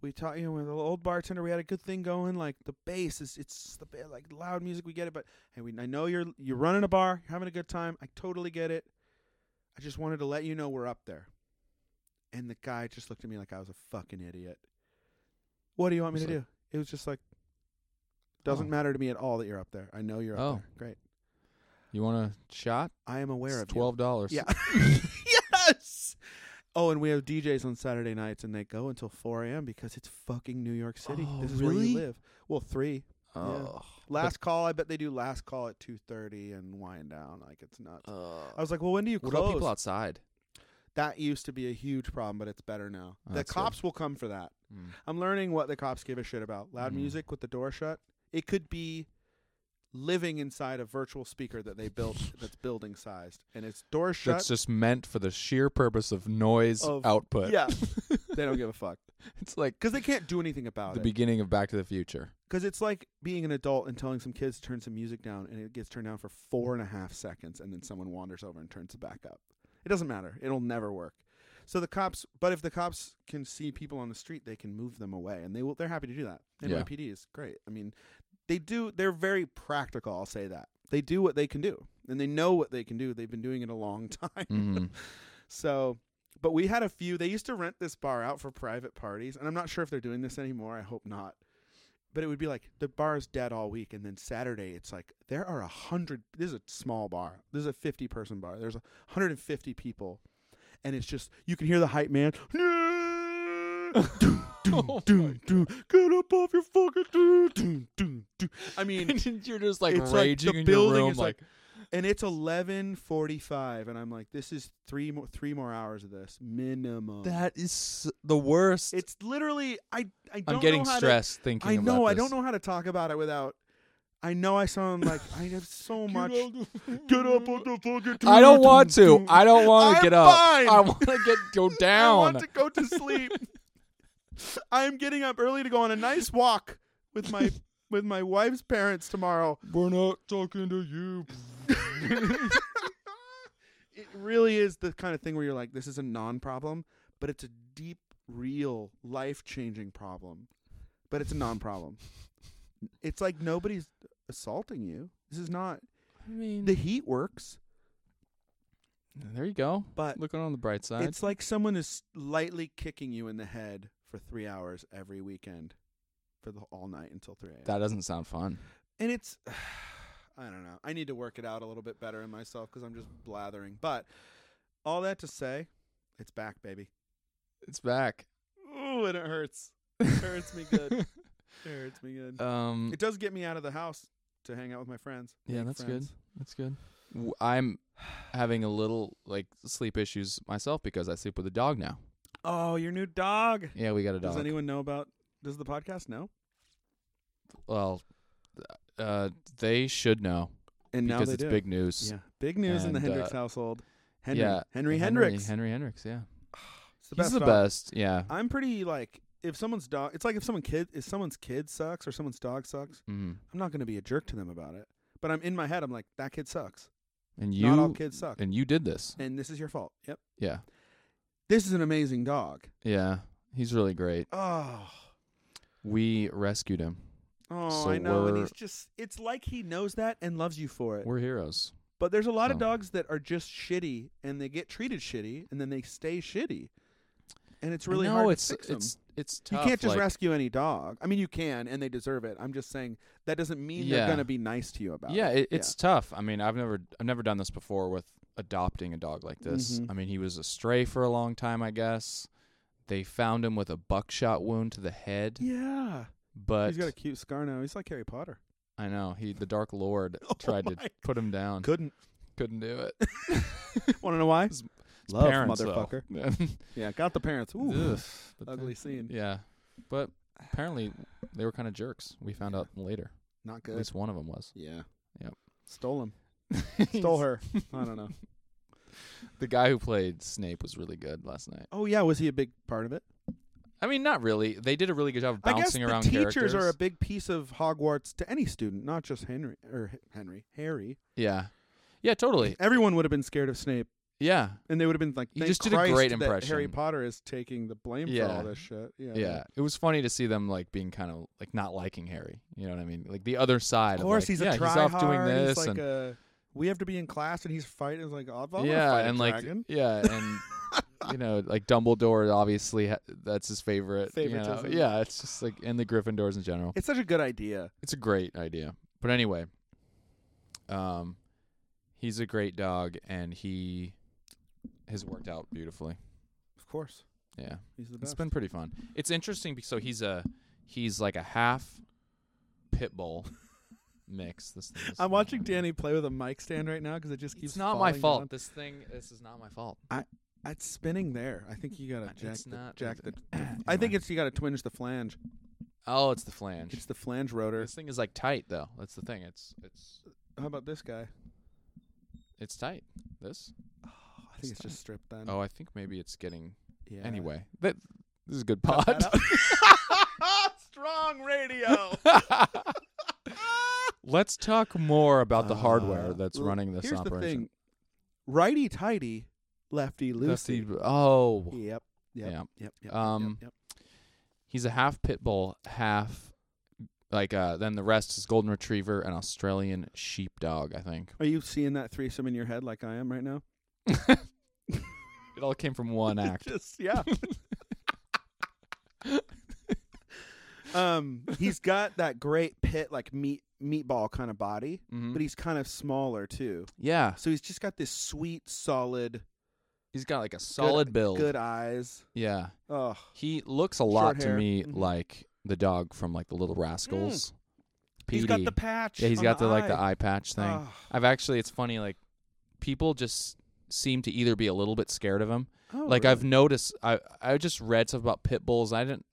[SPEAKER 1] we taught you with an old bartender. We had a good thing going. Like the bass is, it's the ba- like loud music. We get it, but hey, we, I know you're you're running a bar. You're having a good time. I totally get it. I just wanted to let you know we're up there. And the guy just looked at me like I was a fucking idiot. What do you want me
[SPEAKER 2] It's
[SPEAKER 1] to
[SPEAKER 2] like-
[SPEAKER 1] do? It was just like doesn't
[SPEAKER 2] Oh.
[SPEAKER 1] matter to me at all that you're up there. I know you're up
[SPEAKER 2] Oh.
[SPEAKER 1] there. Great.
[SPEAKER 2] You want a shot?
[SPEAKER 1] I am aware
[SPEAKER 2] It's
[SPEAKER 1] of you.
[SPEAKER 2] Twelve dollars.
[SPEAKER 1] Yeah. yes. Oh, and we have DJs on Saturday nights, and they go until 4 a.m. because it's fucking New York City.
[SPEAKER 2] Oh,
[SPEAKER 1] this is where
[SPEAKER 2] really?
[SPEAKER 1] you live. Well, three.
[SPEAKER 2] Oh.
[SPEAKER 1] Last call. I bet they do last call at 2:30 and wind down. Like it's nuts.
[SPEAKER 2] Uh,
[SPEAKER 1] I was like, well, when do you
[SPEAKER 2] what about people
[SPEAKER 1] close?
[SPEAKER 2] outside?
[SPEAKER 1] That used to be a huge problem, but it's better now.
[SPEAKER 2] Oh,
[SPEAKER 1] the
[SPEAKER 2] that's good.
[SPEAKER 1] cops will come for that.
[SPEAKER 2] Mm.
[SPEAKER 1] I'm learning what the cops give a shit about. Loud
[SPEAKER 2] Mm.
[SPEAKER 1] music with the door shut. It could be living inside a virtual speaker that they built that's building sized and it's door shut.
[SPEAKER 2] That's just meant for the sheer purpose of noise
[SPEAKER 1] Of-
[SPEAKER 2] output.
[SPEAKER 1] yeah. they don't give a fuck.
[SPEAKER 2] it's like
[SPEAKER 1] because they can't do anything about it.
[SPEAKER 2] the
[SPEAKER 1] 'Cause it.
[SPEAKER 2] beginning of Back to the Future.
[SPEAKER 1] Because it's like being an adult and telling some kids to turn some music down, and it gets turned down for four and a half seconds, and then someone wanders over and turns it back up. It doesn't matter. It'll never work. So the cops, but if the cops can see people on the street, they can move them away, and they will. They're happy to do that.
[SPEAKER 2] Yeah.
[SPEAKER 1] NYPD is great. I mean, they do. They're very practical. I'll say that they do what they can do, and they know what they can do. They've been doing it a long time.
[SPEAKER 2] Mm.
[SPEAKER 1] So, but we had a few. They used to rent this bar out for private parties, and I'm not sure if they're doing this anymore. I hope not. But it would be like the bar is dead all week, and then Saturday it's like there are a hundred. This is a small bar. This is a 50 person bar. There's a 150 people, and it's just you can hear the hype man. Doom, doom,
[SPEAKER 2] Oh
[SPEAKER 1] doom, doom. Get up off your fucking doom, doom, doom, doom. I mean,
[SPEAKER 2] And you're just like
[SPEAKER 1] it's like
[SPEAKER 2] raging
[SPEAKER 1] the
[SPEAKER 2] in your
[SPEAKER 1] building
[SPEAKER 2] room,
[SPEAKER 1] is
[SPEAKER 2] like,
[SPEAKER 1] like- and it's eleven forty-five, and I'm like, this is three more three more hours of this minimum.
[SPEAKER 2] that is the worst.
[SPEAKER 1] It's literally I I don't
[SPEAKER 2] I'm getting
[SPEAKER 1] know how
[SPEAKER 2] stressed
[SPEAKER 1] To,
[SPEAKER 2] thinking.
[SPEAKER 1] I know
[SPEAKER 2] About
[SPEAKER 1] I don't know how to talk about it without. I know I sound like I have so much. Get up on the fucking.
[SPEAKER 2] I don't want
[SPEAKER 1] toot,
[SPEAKER 2] to.
[SPEAKER 1] toot,
[SPEAKER 2] I don't want
[SPEAKER 1] I'm
[SPEAKER 2] to get up.
[SPEAKER 1] fine.
[SPEAKER 2] I want to get go
[SPEAKER 1] toot. I want
[SPEAKER 2] down.
[SPEAKER 1] to go to sleep. I'm getting up early to go on a nice walk with my with my wife's parents tomorrow.
[SPEAKER 2] We're not talking to you.
[SPEAKER 1] it really is the kind of thing where you're like, this is a non problem, but it's a deep, real, life changing problem. But it's a non problem. It's like nobody's assaulting you. This is not.
[SPEAKER 2] I mean,
[SPEAKER 1] The heat works,
[SPEAKER 2] there you go.
[SPEAKER 1] but
[SPEAKER 2] Looking on the bright side.
[SPEAKER 1] it's like someone is lightly kicking you in the head for three hours every weekend for the all night until 3 a.m.
[SPEAKER 2] that doesn't sound fun.
[SPEAKER 1] and it's i don't know i need to work it out a little bit better in myself because i'm just blathering but all that to say it's back baby
[SPEAKER 2] It's back.
[SPEAKER 1] ooh and it hurts hurts me good. it hurts me good
[SPEAKER 2] um,
[SPEAKER 1] it does get me out of the house to hang out with my friends
[SPEAKER 2] Yeah,
[SPEAKER 1] make
[SPEAKER 2] that's good.
[SPEAKER 1] friends.
[SPEAKER 2] that's good. W- I'm having a little like sleep issues myself because I sleep with a dog now.
[SPEAKER 1] oh your new dog.
[SPEAKER 2] Yeah, we got a
[SPEAKER 1] does
[SPEAKER 2] dog.
[SPEAKER 1] anyone know about does the podcast know
[SPEAKER 2] well, uh, they should know
[SPEAKER 1] and now
[SPEAKER 2] because
[SPEAKER 1] they
[SPEAKER 2] it's
[SPEAKER 1] do.
[SPEAKER 2] big news.
[SPEAKER 1] yeah big news in the
[SPEAKER 2] And,
[SPEAKER 1] hendrix
[SPEAKER 2] uh,
[SPEAKER 1] household henry
[SPEAKER 2] yeah,
[SPEAKER 1] henry, hendrix
[SPEAKER 2] Henry Hendricks. Yeah,
[SPEAKER 1] it's the
[SPEAKER 2] he's
[SPEAKER 1] best
[SPEAKER 2] the
[SPEAKER 1] dog.
[SPEAKER 2] best. Yeah.
[SPEAKER 1] i'm pretty like if someone's dog it's like if someone kid if someone's kid sucks or someone's dog sucks
[SPEAKER 2] Mm.
[SPEAKER 1] I'm not going to be a jerk to them about it. But I'm in my head. I'm like, that kid sucks.
[SPEAKER 2] And
[SPEAKER 1] Not all
[SPEAKER 2] you
[SPEAKER 1] kids suck,
[SPEAKER 2] and you did this.
[SPEAKER 1] and this is your fault. Yep.
[SPEAKER 2] Yeah,
[SPEAKER 1] This is an amazing dog.
[SPEAKER 2] yeah. He's really great.
[SPEAKER 1] Oh,
[SPEAKER 2] We rescued him.
[SPEAKER 1] oh,
[SPEAKER 2] So
[SPEAKER 1] I know. And
[SPEAKER 2] we're-
[SPEAKER 1] he's just. It's like he knows that and loves you for it.
[SPEAKER 2] We're heroes.
[SPEAKER 1] But there's a lot of
[SPEAKER 2] Oh.
[SPEAKER 1] dogs that are just shitty, and they get treated shitty, and then they stay shitty. And it's really
[SPEAKER 2] I know
[SPEAKER 1] hard
[SPEAKER 2] it's
[SPEAKER 1] to fix 'em.
[SPEAKER 2] it's it's
[SPEAKER 1] you
[SPEAKER 2] tough.
[SPEAKER 1] can't just
[SPEAKER 2] like,
[SPEAKER 1] rescue any dog. I mean, you can, and they deserve it. I'm just saying that doesn't mean they're
[SPEAKER 2] Yeah.
[SPEAKER 1] going to be nice to you about
[SPEAKER 2] yeah,
[SPEAKER 1] it.
[SPEAKER 2] it, it's tough. I mean, I've never I've never done this before with adopting a dog like this.
[SPEAKER 1] Mhm.
[SPEAKER 2] I mean, he was a stray for a long time, I guess. They found him with a buckshot wound to the head,
[SPEAKER 1] Yeah.
[SPEAKER 2] but
[SPEAKER 1] He's got a cute scar now. He's like Harry Potter.
[SPEAKER 2] I know he the Dark Lord
[SPEAKER 1] Oh
[SPEAKER 2] tried to
[SPEAKER 1] my-
[SPEAKER 2] put him down.
[SPEAKER 1] couldn't.
[SPEAKER 2] Couldn't do it.
[SPEAKER 1] Want to know why?
[SPEAKER 2] His-
[SPEAKER 1] Love,
[SPEAKER 2] parents,
[SPEAKER 1] motherfucker.
[SPEAKER 2] Though.
[SPEAKER 1] Yeah, got the parents. Ooh,
[SPEAKER 2] Ugh, but
[SPEAKER 1] ugly
[SPEAKER 2] that-
[SPEAKER 1] scene.
[SPEAKER 2] Yeah, but apparently they were kind of jerks. We found out later.
[SPEAKER 1] Not
[SPEAKER 2] At
[SPEAKER 1] good.
[SPEAKER 2] least one of them was.
[SPEAKER 1] Yeah.
[SPEAKER 2] Yep.
[SPEAKER 1] Stole him. Stole her. I don't know.
[SPEAKER 2] The guy who played Snape was really good last night.
[SPEAKER 1] Oh yeah, was he a big part of it?
[SPEAKER 2] I mean, not really. They did a really good job of
[SPEAKER 1] I guess
[SPEAKER 2] bouncing
[SPEAKER 1] the
[SPEAKER 2] around
[SPEAKER 1] teachers
[SPEAKER 2] characters.
[SPEAKER 1] are a big piece of Hogwarts to any student, not just Henry or H- Henry, Harry.
[SPEAKER 2] yeah, yeah, totally.
[SPEAKER 1] Everyone would have been scared of Snape,
[SPEAKER 2] Yeah,
[SPEAKER 1] and they would have been like,
[SPEAKER 2] He
[SPEAKER 1] "Thank
[SPEAKER 2] just did a
[SPEAKER 1] Christ
[SPEAKER 2] great
[SPEAKER 1] that Harry
[SPEAKER 2] impression.
[SPEAKER 1] Potter is taking the blame for
[SPEAKER 2] Yeah.
[SPEAKER 1] all this shit." Yeah.
[SPEAKER 2] yeah. It was funny to see them like being kind of like not liking Harry. You know what I mean? Like the other side.
[SPEAKER 1] Of course,
[SPEAKER 2] like,
[SPEAKER 1] he's
[SPEAKER 2] yeah,
[SPEAKER 1] a tryhard.
[SPEAKER 2] he's off doing this
[SPEAKER 1] he's like
[SPEAKER 2] and
[SPEAKER 1] a, we have to be in class, and he's fighting. He's like, "Oh, I wanna
[SPEAKER 2] yeah,
[SPEAKER 1] fight a
[SPEAKER 2] and like
[SPEAKER 1] dragon."
[SPEAKER 2] yeah, and you know, like Dumbledore obviously ha- that's his favorite. you know.
[SPEAKER 1] Favoritism.
[SPEAKER 2] Yeah, it's just like and the Gryffindors in general.
[SPEAKER 1] It's such a good idea.
[SPEAKER 2] It's a great idea. But anyway, um, he's a great dog, and he has worked out beautifully.
[SPEAKER 1] Of course,
[SPEAKER 2] Yeah.
[SPEAKER 1] he's the
[SPEAKER 2] It's
[SPEAKER 1] best.
[SPEAKER 2] been pretty fun. It's interesting. be- So he's a he's like a half pit bull mix. This thing is
[SPEAKER 1] I'm watching
[SPEAKER 2] not my-
[SPEAKER 1] Danny play with a mic stand right now because it just keeps.
[SPEAKER 2] It's not my
[SPEAKER 1] falling
[SPEAKER 2] fault.
[SPEAKER 1] down.
[SPEAKER 2] This thing. This is not my fault.
[SPEAKER 1] It's spinning there. I think you gotta
[SPEAKER 2] It's
[SPEAKER 1] jack the,
[SPEAKER 2] not-
[SPEAKER 1] jack the.
[SPEAKER 2] Am
[SPEAKER 1] I think it's you gotta twinge the flange.
[SPEAKER 2] Oh, it's the flange.
[SPEAKER 1] It's the flange rotor.
[SPEAKER 2] This thing is like tight though. That's the thing. It's it's
[SPEAKER 1] How about this guy?
[SPEAKER 2] it's tight. This.
[SPEAKER 1] Oh, I think it's just stripped then.
[SPEAKER 2] Oh, I think maybe it's getting
[SPEAKER 1] Mm. yeah.
[SPEAKER 2] anyway. That this is a good
[SPEAKER 1] Cut
[SPEAKER 2] pod.
[SPEAKER 1] that out. Strong radio.
[SPEAKER 2] Let's talk more about the
[SPEAKER 1] Uh,
[SPEAKER 2] hardware that's
[SPEAKER 1] l-
[SPEAKER 2] running this
[SPEAKER 1] Here's
[SPEAKER 2] operation.
[SPEAKER 1] the thing. Righty tighty, lefty
[SPEAKER 2] Dusty-
[SPEAKER 1] loosey.
[SPEAKER 2] oh,
[SPEAKER 1] Yep. Yep.
[SPEAKER 2] Yeah.
[SPEAKER 1] Yep. Yep. yep,
[SPEAKER 2] Um,
[SPEAKER 1] Yep.
[SPEAKER 2] he's a half pit bull, half like uh then the rest is golden retriever and Australian sheepdog, I think.
[SPEAKER 1] Are you seeing that threesome in your head like I am right now?
[SPEAKER 2] It all came from one act.
[SPEAKER 1] Just yeah. um, he's got that great pit like meat meatball kind of body,
[SPEAKER 2] Mhm.
[SPEAKER 1] but he's kind of smaller too.
[SPEAKER 2] yeah,
[SPEAKER 1] So he's just got this sweet, solid,
[SPEAKER 2] he's got like a solid build.
[SPEAKER 1] good eyes.
[SPEAKER 2] Yeah.
[SPEAKER 1] Oh,
[SPEAKER 2] He looks a lot to
[SPEAKER 1] hair.
[SPEAKER 2] me
[SPEAKER 1] Mhm.
[SPEAKER 2] like the dog from like the Little Rascals. Petey.
[SPEAKER 1] he's got the patch.
[SPEAKER 2] yeah, he's
[SPEAKER 1] on
[SPEAKER 2] got the, like the
[SPEAKER 1] eye.
[SPEAKER 2] eye patch thing.
[SPEAKER 1] Ugh.
[SPEAKER 2] I've actually it's funny like people just seem to either be a little bit scared of him
[SPEAKER 1] Oh,
[SPEAKER 2] like
[SPEAKER 1] really?
[SPEAKER 2] I've noticed I I just read stuff about pit bulls. I didn't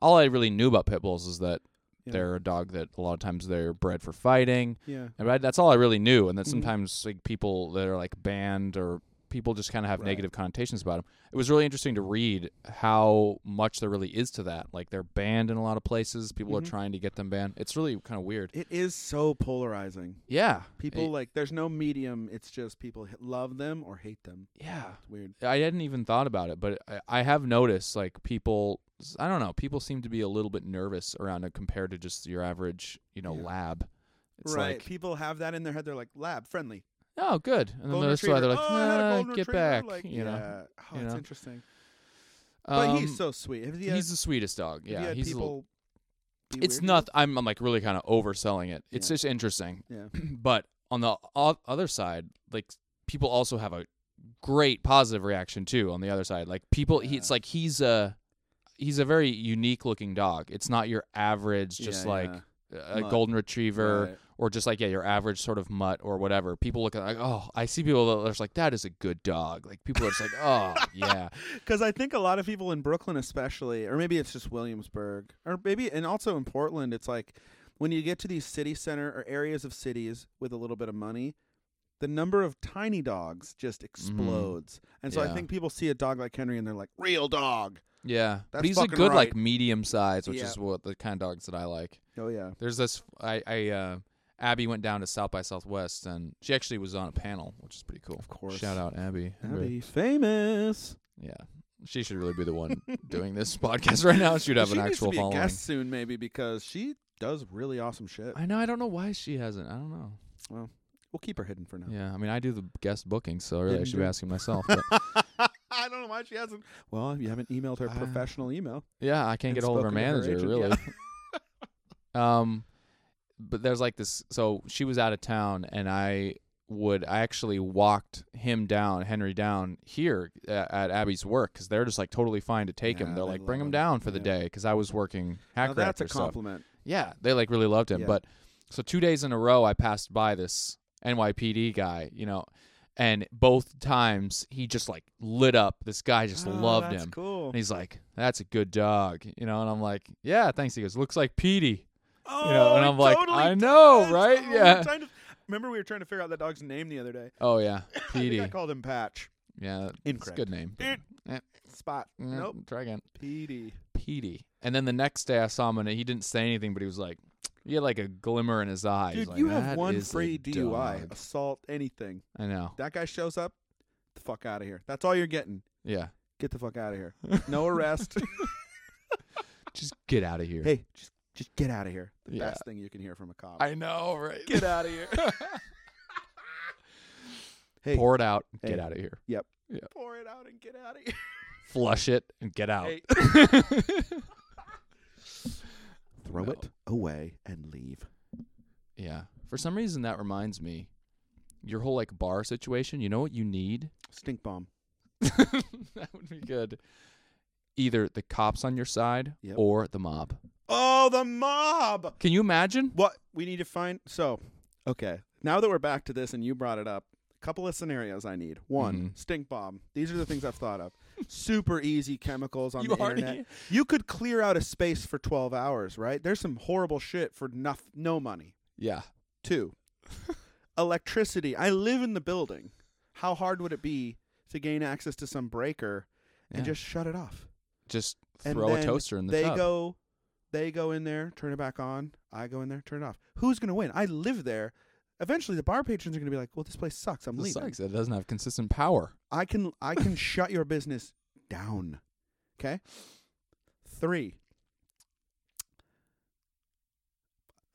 [SPEAKER 2] all I really knew about pit bulls is that
[SPEAKER 1] Yeah.
[SPEAKER 2] they're a dog that a lot of times they're bred for fighting.
[SPEAKER 1] yeah.
[SPEAKER 2] And I- that's all I really knew and that
[SPEAKER 1] Mhm.
[SPEAKER 2] sometimes like people that are like banned or people just kind of have
[SPEAKER 1] Right.
[SPEAKER 2] negative connotations about them. It was really interesting to read how much there really is to that. Like they're banned in a lot of places. People
[SPEAKER 1] Mhm.
[SPEAKER 2] are trying to get them banned. It's really kind of weird.
[SPEAKER 1] It is so polarizing.
[SPEAKER 2] Yeah,
[SPEAKER 1] People
[SPEAKER 2] It-
[SPEAKER 1] like there's no medium. It's just people h- love them or hate them.
[SPEAKER 2] yeah.
[SPEAKER 1] It's weird.
[SPEAKER 2] I hadn't even thought about it, but I, I have noticed like people. I don't know. People seem to be a little bit nervous around it compared to just your average, you know,
[SPEAKER 1] Yeah.
[SPEAKER 2] lab. It's
[SPEAKER 1] right.
[SPEAKER 2] like,
[SPEAKER 1] people have that in their head. They're like lab friendly.
[SPEAKER 2] oh, good. And then
[SPEAKER 1] golden
[SPEAKER 2] that's why
[SPEAKER 1] retriever.
[SPEAKER 2] they're like,
[SPEAKER 1] oh, I had a
[SPEAKER 2] "Nah,
[SPEAKER 1] golden
[SPEAKER 2] get
[SPEAKER 1] retriever,"
[SPEAKER 2] back.
[SPEAKER 1] Like,
[SPEAKER 2] you
[SPEAKER 1] yeah.
[SPEAKER 2] know.
[SPEAKER 1] Oh,
[SPEAKER 2] you
[SPEAKER 1] it's
[SPEAKER 2] know?
[SPEAKER 1] interesting. But he's
[SPEAKER 2] Um,
[SPEAKER 1] so sweet. If he had,
[SPEAKER 2] he's the sweetest dog.
[SPEAKER 1] if he
[SPEAKER 2] Yeah,
[SPEAKER 1] had
[SPEAKER 2] he's a
[SPEAKER 1] people.
[SPEAKER 2] little,
[SPEAKER 1] be
[SPEAKER 2] it's
[SPEAKER 1] weird,
[SPEAKER 2] not. I'm, I'm like really kind of overselling it. It's
[SPEAKER 1] Yeah.
[SPEAKER 2] just interesting.
[SPEAKER 1] Yeah.
[SPEAKER 2] but on the o- other side, like people also have a great positive reaction too. On the other side, like people, he,
[SPEAKER 1] Yeah.
[SPEAKER 2] it's like he's a he's a very unique looking dog. It's not your average, just
[SPEAKER 1] Yeah,
[SPEAKER 2] like
[SPEAKER 1] yeah.
[SPEAKER 2] a
[SPEAKER 1] Mutt.
[SPEAKER 2] golden retriever
[SPEAKER 1] Right.
[SPEAKER 2] or just like yeah, your average sort of mutt or whatever. People look at like oh, I see people that are just like that is a good dog. Like people are just like oh yeah,
[SPEAKER 1] Because I think a lot of people in Brooklyn, especially, or maybe it's just Williamsburg, or maybe, and also in Portland, it's like when you get to these city center or areas of cities with a little bit of money, the number of tiny dogs just explodes. And so I
[SPEAKER 2] Mm-hmm. Yeah.
[SPEAKER 1] think people see a dog like Henry and they're like, real dog.
[SPEAKER 2] yeah. but
[SPEAKER 1] That's
[SPEAKER 2] he's a
[SPEAKER 1] fucking
[SPEAKER 2] good like
[SPEAKER 1] right.
[SPEAKER 2] medium size, which
[SPEAKER 1] Yeah.
[SPEAKER 2] is what the kind of dogs that I like.
[SPEAKER 1] Oh, yeah.
[SPEAKER 2] There's this. I, I uh, Abby went down to South by Southwest, and she actually was on a panel, which is pretty cool.
[SPEAKER 1] Of course.
[SPEAKER 2] Shout out Abby. Really-
[SPEAKER 1] Abby, famous.
[SPEAKER 2] Yeah, she should really be the one doing this podcast right now. She'd have
[SPEAKER 1] she
[SPEAKER 2] an
[SPEAKER 1] needs
[SPEAKER 2] actual
[SPEAKER 1] to be
[SPEAKER 2] following.
[SPEAKER 1] a guest soon, maybe, because she does really awesome shit.
[SPEAKER 2] I know. I don't know why she hasn't. I don't know.
[SPEAKER 1] We'll keep her hidden for now.
[SPEAKER 2] Yeah, I mean, I do the guest booking, so really, I
[SPEAKER 1] Didn't
[SPEAKER 2] should
[SPEAKER 1] do
[SPEAKER 2] be
[SPEAKER 1] it.
[SPEAKER 2] asking myself. But
[SPEAKER 1] I don't know why she hasn't. Well, you haven't emailed her
[SPEAKER 2] Uh,
[SPEAKER 1] professional email.
[SPEAKER 2] yeah, I can't
[SPEAKER 1] And
[SPEAKER 2] get a hold of her
[SPEAKER 1] spoken to her
[SPEAKER 2] manager
[SPEAKER 1] agent,
[SPEAKER 2] really. um, but there's like this. So she was out of town, and I would I actually walked him down, Henry down here uh, at, at Abby's work because they're just like totally fine to take him.
[SPEAKER 1] Yeah,
[SPEAKER 2] They're
[SPEAKER 1] they
[SPEAKER 2] like bring
[SPEAKER 1] love
[SPEAKER 2] him
[SPEAKER 1] him.
[SPEAKER 2] down for the
[SPEAKER 1] Yeah.
[SPEAKER 2] day because I was working hack
[SPEAKER 1] Now that's a
[SPEAKER 2] Reactor stuff.
[SPEAKER 1] compliment.
[SPEAKER 2] Yeah, they like really loved him.
[SPEAKER 1] Yeah.
[SPEAKER 2] But so two days in a row, I passed by this NYPD guy, you know, and both times he just like lit up. This guy just
[SPEAKER 1] Oh,
[SPEAKER 2] loved
[SPEAKER 1] that's
[SPEAKER 2] him.
[SPEAKER 1] Cool.
[SPEAKER 2] And he's like, "That's a good dog," you know, and I'm like, "Yeah, thanks." He goes, "Looks like Petey,"
[SPEAKER 1] oh,
[SPEAKER 2] you know, and
[SPEAKER 1] it
[SPEAKER 2] I'm like,
[SPEAKER 1] totally
[SPEAKER 2] "I know,
[SPEAKER 1] does.
[SPEAKER 2] right?
[SPEAKER 1] Oh, we were
[SPEAKER 2] yeah."
[SPEAKER 1] trying to- remember, we were trying to figure out that dog's name the other day.
[SPEAKER 2] Oh yeah,
[SPEAKER 1] I think
[SPEAKER 2] Petey.
[SPEAKER 1] I called him Patch.
[SPEAKER 2] Yeah, it's a
[SPEAKER 1] Incorrect.
[SPEAKER 2] good name. but-
[SPEAKER 1] Spot.
[SPEAKER 2] Yeah,
[SPEAKER 1] Nope. E
[SPEAKER 2] Try again.
[SPEAKER 1] PD.
[SPEAKER 2] Petey. And then the next day I saw him and he didn't say anything, but he was like, he had like a glimmer in his eye. He's
[SPEAKER 1] Dude,
[SPEAKER 2] like,
[SPEAKER 1] you have
[SPEAKER 2] "That
[SPEAKER 1] one
[SPEAKER 2] is a
[SPEAKER 1] free DUI,
[SPEAKER 2] dog."
[SPEAKER 1] assault, anything.
[SPEAKER 2] I know.
[SPEAKER 1] That guy shows up, the fuck out of here. That's all you're getting.
[SPEAKER 2] Yeah.
[SPEAKER 1] Get the fuck out of here. No arrest.
[SPEAKER 2] Just get out of here.
[SPEAKER 1] hey, just just get out of here. The
[SPEAKER 2] Yeah.
[SPEAKER 1] best thing you can hear from a cop.
[SPEAKER 2] I know, right?
[SPEAKER 1] Get out of here. hey,
[SPEAKER 2] Pour it out.
[SPEAKER 1] Hey.
[SPEAKER 2] Get out of here.
[SPEAKER 1] pour it out and get out of here.
[SPEAKER 2] Flush it and get out.
[SPEAKER 1] Hey. Throw
[SPEAKER 2] No.
[SPEAKER 1] it away and leave.
[SPEAKER 2] Yeah. For some reason, that reminds me. Your whole like bar situation, you know what you need?
[SPEAKER 1] Stink bomb.
[SPEAKER 2] that would be good. Either the cops on your side
[SPEAKER 1] Yep.
[SPEAKER 2] or the mob.
[SPEAKER 1] Oh, the mob!
[SPEAKER 2] Can you imagine?
[SPEAKER 1] What we need to find. So, okay. Now that we're back to this and you brought it up, a couple of scenarios I need. One,
[SPEAKER 2] Mhm.
[SPEAKER 1] stink bomb. These are the things I've thought of. Super easy chemicals on
[SPEAKER 2] You
[SPEAKER 1] the
[SPEAKER 2] already-
[SPEAKER 1] internet. You could clear out a space for 12 hours, right? There's some horrible shit for nof- no money.
[SPEAKER 2] Yeah.
[SPEAKER 1] Two, electricity. I live in the building. How hard would it be to gain access to some breaker and
[SPEAKER 2] Yeah.
[SPEAKER 1] just shut it off?
[SPEAKER 2] Just
[SPEAKER 1] And
[SPEAKER 2] throw a
[SPEAKER 1] then
[SPEAKER 2] toaster in the
[SPEAKER 1] they
[SPEAKER 2] tub.
[SPEAKER 1] go they go in there turn it back on i go in there turn it off who's going to win i live there eventually the bar patrons are going to be like well this place sucks i'm
[SPEAKER 2] this
[SPEAKER 1] leaving
[SPEAKER 2] sucks. It doesn't have consistent power.
[SPEAKER 1] i can i can shut your business down okay three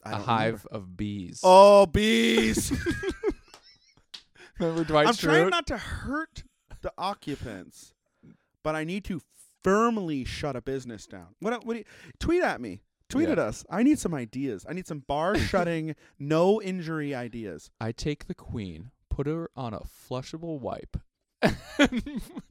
[SPEAKER 1] I
[SPEAKER 2] A
[SPEAKER 1] don't
[SPEAKER 2] hive
[SPEAKER 1] remember.
[SPEAKER 2] of bees.
[SPEAKER 1] oh bees
[SPEAKER 2] Remember Dwight
[SPEAKER 1] i'm trying
[SPEAKER 2] Schrute?
[SPEAKER 1] not to hurt the occupants but i need to firmly shut a business down what, what do you, tweet at me tweet
[SPEAKER 2] Yeah.
[SPEAKER 1] at us i need some ideas i need some bar shutting no injury ideas
[SPEAKER 2] I take the queen, put her on a flushable wipe.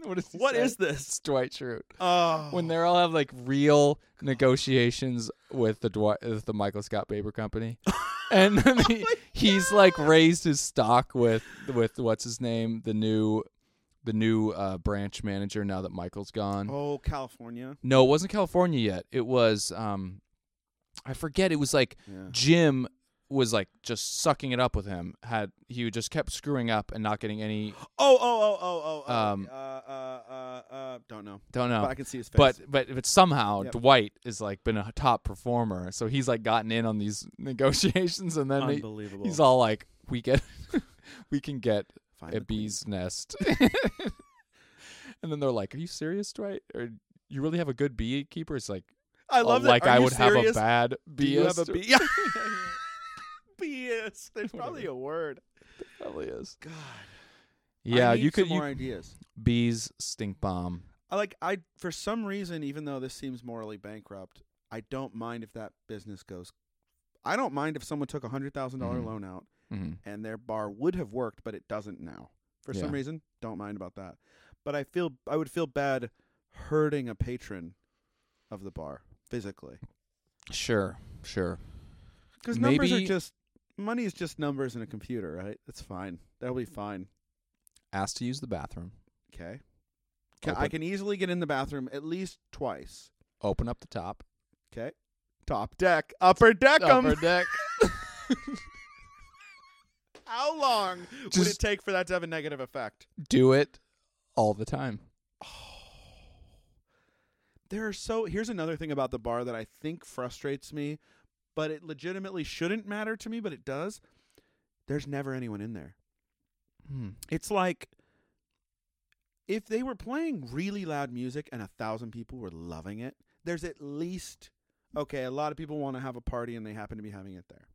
[SPEAKER 2] what is
[SPEAKER 1] What is
[SPEAKER 2] this? Dwight Schrute.
[SPEAKER 1] oh
[SPEAKER 2] When they all have like real negotiations with the Dwight, with the Michael Scott Baber Company, and then he,
[SPEAKER 1] Oh my
[SPEAKER 2] he's like raised his stock with with what's his name, the new the new uh, branch manager. Now that Michael's gone,
[SPEAKER 1] oh california
[SPEAKER 2] no, it wasn't California yet. It was um, I forget. It was like
[SPEAKER 1] yeah.
[SPEAKER 2] Jim was like just sucking it up with him. Had he just kept screwing up and not getting any.
[SPEAKER 1] Oh, oh, oh, oh, oh. oh
[SPEAKER 2] Um,
[SPEAKER 1] uh, uh, uh, uh, don't know.
[SPEAKER 2] Don't know.
[SPEAKER 1] But I can see his face.
[SPEAKER 2] But but but somehow
[SPEAKER 1] Yep.
[SPEAKER 2] Dwight is like been a top performer, so he's like gotten in on these negotiations, and then he-
[SPEAKER 1] unbelievable.
[SPEAKER 2] he's all like, "We get, we can get
[SPEAKER 1] Find
[SPEAKER 2] a
[SPEAKER 1] the queen.
[SPEAKER 2] bee's nest," and then they're like, "Are you serious, Dwight? Or you really have a good beekeeper?" It's like,
[SPEAKER 1] I
[SPEAKER 2] "Oh,
[SPEAKER 1] love that.
[SPEAKER 2] like
[SPEAKER 1] Are
[SPEAKER 2] I
[SPEAKER 1] you
[SPEAKER 2] would have a
[SPEAKER 1] serious?
[SPEAKER 2] bad
[SPEAKER 1] Do
[SPEAKER 2] bee.
[SPEAKER 1] you have a bee? Yeah. Beast. There's
[SPEAKER 2] Whatever.
[SPEAKER 1] probably a word.
[SPEAKER 2] Probably is.
[SPEAKER 1] God.
[SPEAKER 2] Yeah,
[SPEAKER 1] I need
[SPEAKER 2] you could.
[SPEAKER 1] Some
[SPEAKER 2] you-
[SPEAKER 1] more ideas.
[SPEAKER 2] bees stink bomb.
[SPEAKER 1] I like. I for some reason, even though this seems morally bankrupt, I don't mind if that business goes. I don't mind if someone took a hundred dollar
[SPEAKER 2] Mhm.
[SPEAKER 1] loan out
[SPEAKER 2] Mhm.
[SPEAKER 1] and their bar would have worked, but it doesn't now. For
[SPEAKER 2] Yeah.
[SPEAKER 1] some reason, don't mind about that. But I feel I would feel bad hurting a patron of the bar physically
[SPEAKER 2] Sure, sure.
[SPEAKER 1] because numbers are
[SPEAKER 2] Maybe-
[SPEAKER 1] just money is just numbers in a computer, right? It's fine. That'll be fine.
[SPEAKER 2] Asked to use the bathroom.
[SPEAKER 1] Okay. Ca- I
[SPEAKER 2] Open-
[SPEAKER 1] can easily get in the bathroom at least twice.
[SPEAKER 2] Open up the top.
[SPEAKER 1] Okay. Top deck, upper deck 'em.
[SPEAKER 2] Upper deck.
[SPEAKER 1] How long would it
[SPEAKER 2] Just-
[SPEAKER 1] take for that to have a negative effect?
[SPEAKER 2] Do it all the time.
[SPEAKER 1] There are so here's another thing about the bar that I think frustrates me, but it legitimately shouldn't matter to me, but it does. There's never anyone in there.
[SPEAKER 2] Hmm.
[SPEAKER 1] It's like if they were playing really loud music and a thousand people were loving it, there's at least okay, a lot of people want to have a party and they happen to be having it there.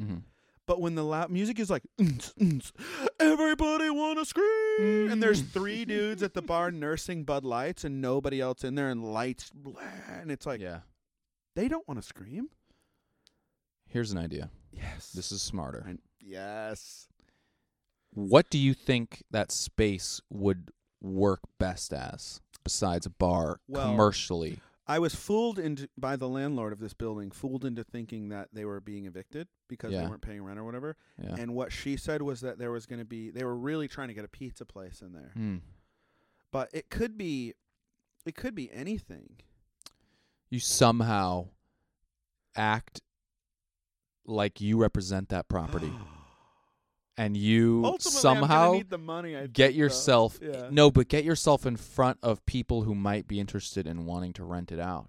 [SPEAKER 2] Mhm.
[SPEAKER 1] But when the loud music is like, "Unz, unz, everybody wanna scream, and there's three dudes at the bar nursing Bud Lights and nobody else in there, and lights, blah, and it's like
[SPEAKER 2] yeah.
[SPEAKER 1] they don't want to scream.
[SPEAKER 2] Here's an idea.
[SPEAKER 1] Yes,
[SPEAKER 2] This is smarter.
[SPEAKER 1] And- yes.
[SPEAKER 2] What do you think that space would work best as besides a bar
[SPEAKER 1] Well-
[SPEAKER 2] commercially?
[SPEAKER 1] I was fooled into by the landlord of this building, fooled into thinking that they were being evicted because they
[SPEAKER 2] Yeah.
[SPEAKER 1] weren't paying rent or whatever.
[SPEAKER 2] Yeah.
[SPEAKER 1] And what she said was that there was going to be they were really trying to get a pizza place in there,
[SPEAKER 2] Hmm.
[SPEAKER 1] but it could be, it could be anything.
[SPEAKER 2] You somehow act like you represent that property and you
[SPEAKER 1] Ultimately, I'm
[SPEAKER 2] somehow
[SPEAKER 1] gonna need the money. I
[SPEAKER 2] get
[SPEAKER 1] think, though.
[SPEAKER 2] yourself
[SPEAKER 1] yeah.
[SPEAKER 2] no but get yourself in front of people who might be interested in wanting to rent it out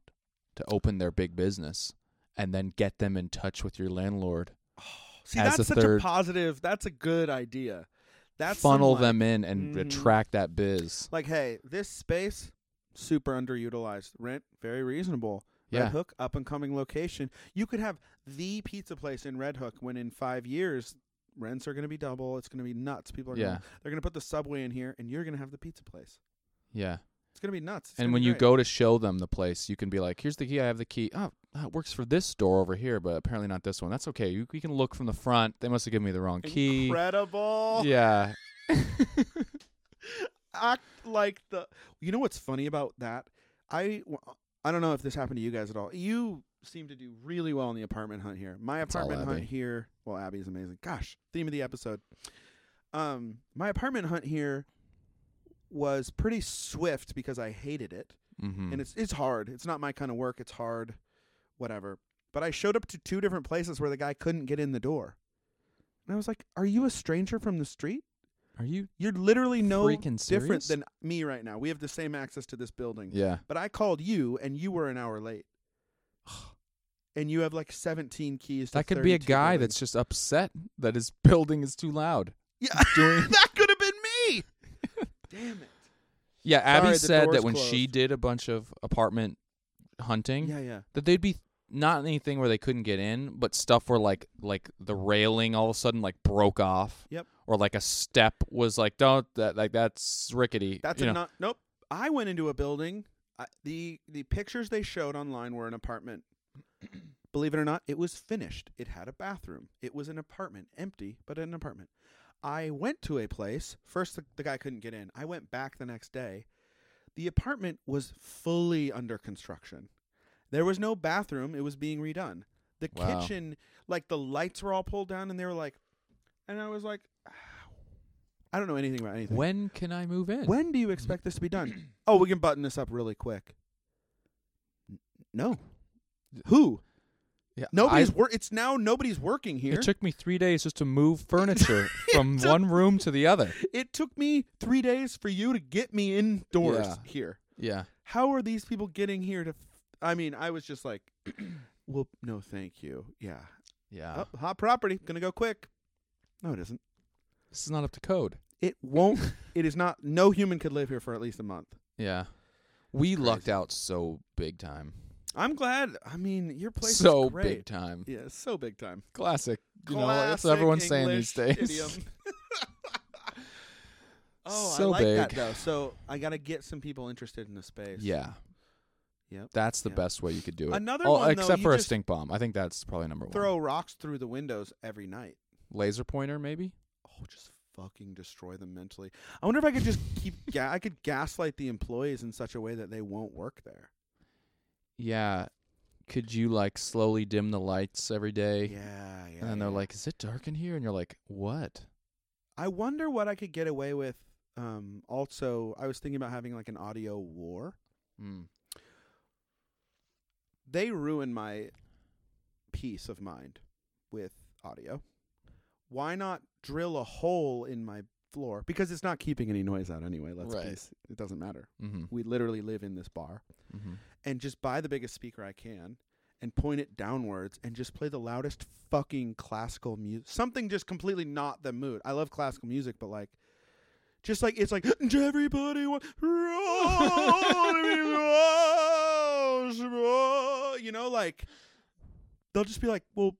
[SPEAKER 2] to open their big business and then get them in touch with your landlord
[SPEAKER 1] See,
[SPEAKER 2] as
[SPEAKER 1] that's
[SPEAKER 2] a
[SPEAKER 1] such
[SPEAKER 2] third-
[SPEAKER 1] a positive. That's a good idea. That's some,
[SPEAKER 2] funnel
[SPEAKER 1] like-
[SPEAKER 2] them in and
[SPEAKER 1] Mhm.
[SPEAKER 2] attract that biz
[SPEAKER 1] Like, hey, this space super underutilized. Rent very reasonable.
[SPEAKER 2] yeah
[SPEAKER 1] Red Hook, up and coming location. You could have the pizza place in Red Hook when in five years rents are going to be double. It's going to be nuts. People are
[SPEAKER 2] yeah
[SPEAKER 1] gonna, they're going to put the subway in here, and you're going to have the pizza place.
[SPEAKER 2] yeah
[SPEAKER 1] It's going to be nuts. It's
[SPEAKER 2] and
[SPEAKER 1] gonna
[SPEAKER 2] when
[SPEAKER 1] be
[SPEAKER 2] you
[SPEAKER 1] great.
[SPEAKER 2] go to show them the place you can be like here's the key i have the key oh ah, it works for this door over here but apparently not this one that's okay you, we can look from the front they must have given me the wrong key
[SPEAKER 1] incredible.
[SPEAKER 2] yeah
[SPEAKER 1] act like the you know what's funny about that i i don't know if this happened to you guys at all you seem to do really well in the apartment hunt here my
[SPEAKER 2] It's all
[SPEAKER 1] apartment hunt
[SPEAKER 2] Abby.
[SPEAKER 1] here well abby's amazing gosh theme of the episode um my apartment hunt here was pretty swift because i hated it
[SPEAKER 2] mm-hmm.
[SPEAKER 1] and it's it's hard it's not my kind of work it's hard whatever but i showed up to two different places where the guy couldn't get in the door and i was like are you a stranger from the street
[SPEAKER 2] are you
[SPEAKER 1] you're literally no
[SPEAKER 2] freaking serious?
[SPEAKER 1] different than me right now. We have the same access to this building.
[SPEAKER 2] yeah
[SPEAKER 1] But I called you and you were an hour late. And you have like 17 keys to
[SPEAKER 2] That could be a
[SPEAKER 1] 32
[SPEAKER 2] guy that's
[SPEAKER 1] buildings.
[SPEAKER 2] just upset that his building is too loud.
[SPEAKER 1] Yeah.
[SPEAKER 2] doing-
[SPEAKER 1] that could have been me. Damn it.
[SPEAKER 2] Yeah, Abby
[SPEAKER 1] Sorry, the
[SPEAKER 2] said that
[SPEAKER 1] door's
[SPEAKER 2] when she
[SPEAKER 1] closed.
[SPEAKER 2] did a bunch of apartment hunting,
[SPEAKER 1] Yeah, yeah.
[SPEAKER 2] that they'd be not anything where they couldn't get in, but stuff where like like the railing all of a sudden like broke off.
[SPEAKER 1] Yep.
[SPEAKER 2] Or like a step was like don't that like that's rickety.
[SPEAKER 1] That's
[SPEAKER 2] you
[SPEAKER 1] a
[SPEAKER 2] know.
[SPEAKER 1] not Nope. I went into a building. I, the the pictures they showed online were an apartment. Believe it or not, it was finished. It had a bathroom. It was an apartment, empty, but an apartment. I went to a place. First, the, the guy couldn't get in. I went back the next day. The apartment was fully under construction. There was no bathroom. It was being redone. The
[SPEAKER 2] Wow.
[SPEAKER 1] kitchen, like the lights were all pulled down, and they were like, and I was like, "Ah, I don't know anything about anything.
[SPEAKER 2] When can I move in?
[SPEAKER 1] When do you expect this to be done? Oh, we can button this up really quick. N- No. Who?
[SPEAKER 2] Yeah,
[SPEAKER 1] Nobody's work. It's now nobody's working here.
[SPEAKER 2] It took me three days just to move furniture from one room to the other.
[SPEAKER 1] It took me three days for you to get me indoors
[SPEAKER 2] Yeah.
[SPEAKER 1] here.
[SPEAKER 2] Yeah.
[SPEAKER 1] How are these people getting here to? F- I mean, I was just like, well, no, thank you. Yeah,
[SPEAKER 2] Yeah.
[SPEAKER 1] oh, hot property. Gonna go quick. No, it isn't.
[SPEAKER 2] This is not up to code.
[SPEAKER 1] It won't. it is not. No human could live here for at least a month.
[SPEAKER 2] Yeah. We
[SPEAKER 1] Crazy.
[SPEAKER 2] lucked out so big time.
[SPEAKER 1] I'm glad. I mean, your place
[SPEAKER 2] so
[SPEAKER 1] is great.
[SPEAKER 2] big time.
[SPEAKER 1] Yeah, it's so big time.
[SPEAKER 2] Classic. You know, that's
[SPEAKER 1] Classic
[SPEAKER 2] what everyone's saying these
[SPEAKER 1] English
[SPEAKER 2] days.
[SPEAKER 1] idiom. oh,
[SPEAKER 2] So
[SPEAKER 1] I like that
[SPEAKER 2] big.
[SPEAKER 1] though. So I got to get some people interested in the space.
[SPEAKER 2] Yeah.
[SPEAKER 1] Yep,
[SPEAKER 2] That's the
[SPEAKER 1] yeah.
[SPEAKER 2] best way you could do it.
[SPEAKER 1] Another
[SPEAKER 2] Oh,
[SPEAKER 1] one though,
[SPEAKER 2] except
[SPEAKER 1] you
[SPEAKER 2] for a
[SPEAKER 1] just
[SPEAKER 2] stink bomb. I think that's probably number one.
[SPEAKER 1] Throw rocks through the windows every night.
[SPEAKER 2] Laser pointer, maybe?
[SPEAKER 1] Oh, just fucking destroy them mentally. I wonder if I could just keep. ga- I could gaslight the employees in such a way that they won't work there.
[SPEAKER 2] Yeah. Could you like slowly dim the lights every day?
[SPEAKER 1] Yeah, yeah.
[SPEAKER 2] and then they're
[SPEAKER 1] yeah.
[SPEAKER 2] like, Is it dark in here? And you're like, What?
[SPEAKER 1] I wonder what I could get away with. Um, also, I was thinking about having like an audio war.
[SPEAKER 2] Mm.
[SPEAKER 1] they ruin my peace of mind with audio. Why not drill a hole in my floor? Because it's not keeping any noise out anyway. Let's
[SPEAKER 2] Right.
[SPEAKER 1] be s- It doesn't matter.
[SPEAKER 2] Mm-hmm.
[SPEAKER 1] We literally live in this bar.
[SPEAKER 2] Mm-hmm.
[SPEAKER 1] And just buy the biggest speaker I can and point it downwards and just play the loudest fucking classical music. Something just completely not the mood. I love classical music, but like, just like, it's like, everybody wants, you know, like, they'll just be like, well,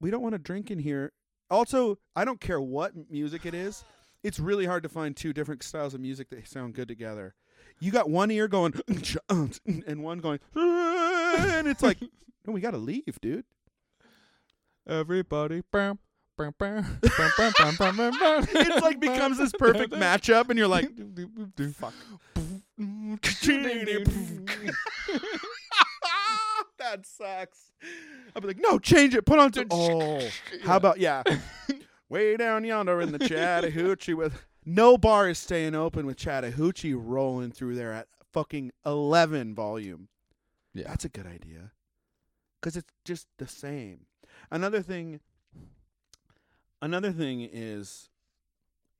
[SPEAKER 1] we don't want to drink in here. Also, I don't care what m- music it is. It's really hard to find two different styles of music that sound good together. You got one ear going and one going, and it's like, no, we got to leave, dude.
[SPEAKER 2] Everybody, bam, bam, bam, bam, bam, bam, bam, bam, bam.
[SPEAKER 1] It's like becomes this perfect matchup, and you're like, fuck. that sucks. I'll be like, no, change it. Put on. To- oh, how about yeah? Way down yonder in the Chattahoochee with no bar is staying open with Chattahoochee rolling through there at fucking eleven volume.
[SPEAKER 2] Yeah.
[SPEAKER 1] that's a good idea because it's just the same. Another thing. Another thing is,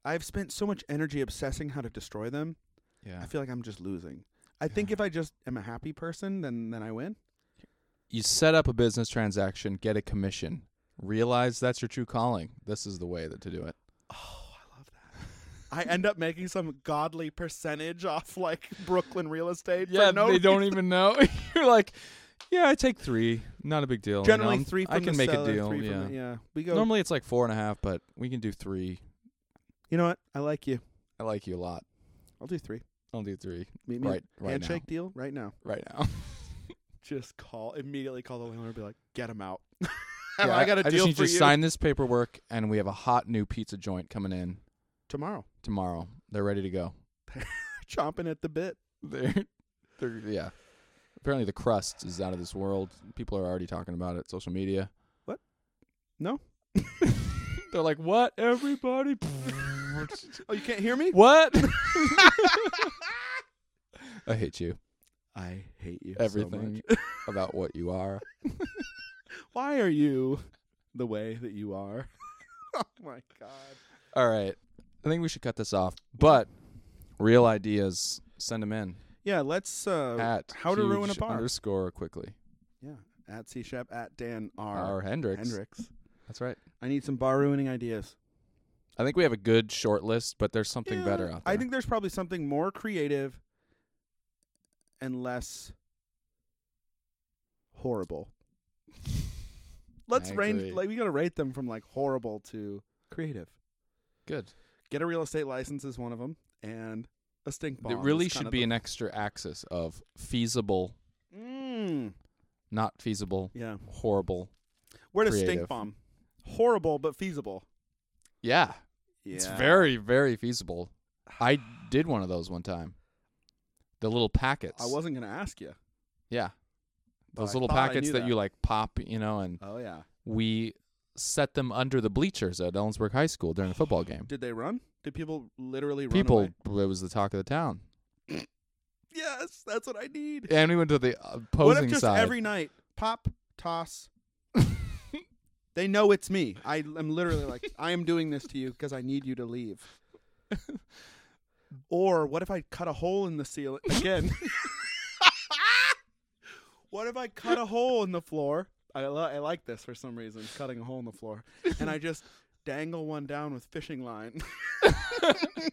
[SPEAKER 1] I've spent so much energy obsessing how to destroy them
[SPEAKER 2] Yeah.
[SPEAKER 1] I feel like I'm just losing. I think
[SPEAKER 2] Yeah.
[SPEAKER 1] if I just am a happy person, then then I win.
[SPEAKER 2] You set up a business transaction, get a commission, realize that's your true calling. This is the way that to do it.
[SPEAKER 1] Oh, I love that. I end up making some godly percentage off like Brooklyn real estate. for no
[SPEAKER 2] they don't
[SPEAKER 1] reason.
[SPEAKER 2] even know. You're like, yeah, I take three, not a big deal. you
[SPEAKER 1] Generally,
[SPEAKER 2] know,
[SPEAKER 1] three. From
[SPEAKER 2] I can
[SPEAKER 1] the
[SPEAKER 2] make
[SPEAKER 1] seller,
[SPEAKER 2] a deal.
[SPEAKER 1] Three
[SPEAKER 2] yeah.
[SPEAKER 1] From the, yeah, we go.
[SPEAKER 2] Normally it's like four and a half, but we can do three.
[SPEAKER 1] you know what? I like you.
[SPEAKER 2] I like you a lot.
[SPEAKER 1] I'll do three.
[SPEAKER 2] I'll do three
[SPEAKER 1] Meet me. at
[SPEAKER 2] right, right
[SPEAKER 1] handshake deal right now.
[SPEAKER 2] now. Right now.
[SPEAKER 1] Just call immediately. Call the landlord. and Be like, get him out.
[SPEAKER 2] Yeah,
[SPEAKER 1] I got a
[SPEAKER 2] I
[SPEAKER 1] deal
[SPEAKER 2] just need
[SPEAKER 1] for
[SPEAKER 2] you
[SPEAKER 1] you
[SPEAKER 2] to sign this paperwork, and we have a hot new pizza joint coming in
[SPEAKER 1] tomorrow.
[SPEAKER 2] tomorrow. They're ready to go.
[SPEAKER 1] Chomping at the bit.
[SPEAKER 2] They're, they're yeah. Apparently, the crust is out of this world. People are already talking about it. Social media.
[SPEAKER 1] What? No.
[SPEAKER 2] they're like, what? Everybody.
[SPEAKER 1] Oh, you can't hear me?
[SPEAKER 2] what? I hate you.
[SPEAKER 1] I hate you. so
[SPEAKER 2] Everything
[SPEAKER 1] much.
[SPEAKER 2] about what you are.
[SPEAKER 1] Why are you the way that you are? oh my god.
[SPEAKER 2] All right. I think we should cut this off. But real ideas, send them in
[SPEAKER 1] Yeah, let's uh
[SPEAKER 2] at
[SPEAKER 1] how to ruin a
[SPEAKER 2] huge
[SPEAKER 1] bar.
[SPEAKER 2] underscore quickly.
[SPEAKER 1] yeah. At C Shep at Dan R
[SPEAKER 2] Our Hendrix.
[SPEAKER 1] Hendricks.
[SPEAKER 2] That's right.
[SPEAKER 1] I need some bar ruining ideas.
[SPEAKER 2] I think we have a good short list, but there's something
[SPEAKER 1] Yeah,
[SPEAKER 2] better out there.
[SPEAKER 1] I think there's probably something more creative and less horrible. Let's
[SPEAKER 2] I
[SPEAKER 1] range
[SPEAKER 2] agree.
[SPEAKER 1] like we gotta rate them from like horrible to creative.
[SPEAKER 2] good.
[SPEAKER 1] Get a real estate license is one of them, and a stink bomb.
[SPEAKER 2] There
[SPEAKER 1] is
[SPEAKER 2] really
[SPEAKER 1] kind
[SPEAKER 2] should
[SPEAKER 1] of
[SPEAKER 2] be
[SPEAKER 1] the-
[SPEAKER 2] an extra axis of feasible,
[SPEAKER 1] Mm,
[SPEAKER 2] not feasible,
[SPEAKER 1] yeah.
[SPEAKER 2] horrible.
[SPEAKER 1] Where does
[SPEAKER 2] creative.
[SPEAKER 1] stink bomb? Horrible but feasible.
[SPEAKER 2] Yeah,
[SPEAKER 1] Yeah.
[SPEAKER 2] it's very, very feasible. I did one of those one time. The little packets.
[SPEAKER 1] I wasn't gonna ask you.
[SPEAKER 2] Yeah,
[SPEAKER 1] but
[SPEAKER 2] those
[SPEAKER 1] I
[SPEAKER 2] little
[SPEAKER 1] thought I
[SPEAKER 2] packets
[SPEAKER 1] knew
[SPEAKER 2] that, you like pop, you know, and
[SPEAKER 1] Oh yeah.
[SPEAKER 2] we set them under the bleachers at Ellensburg High School during a football game.
[SPEAKER 1] Did they run? Did people literally run?
[SPEAKER 2] People,
[SPEAKER 1] away?
[SPEAKER 2] it was the talk of the town,
[SPEAKER 1] Yes, that's what I need.
[SPEAKER 2] and we went to the uh,
[SPEAKER 1] what if
[SPEAKER 2] opposing
[SPEAKER 1] just
[SPEAKER 2] side.
[SPEAKER 1] every night pop, toss, They know it's me. I am literally like, I am doing this to you because I need you to leave. or what if I cut a hole in the ceiling again? what if I cut a hole in the floor? I, li- I like this for some reason, cutting a hole in the floor, and I just dangle one down with fishing line,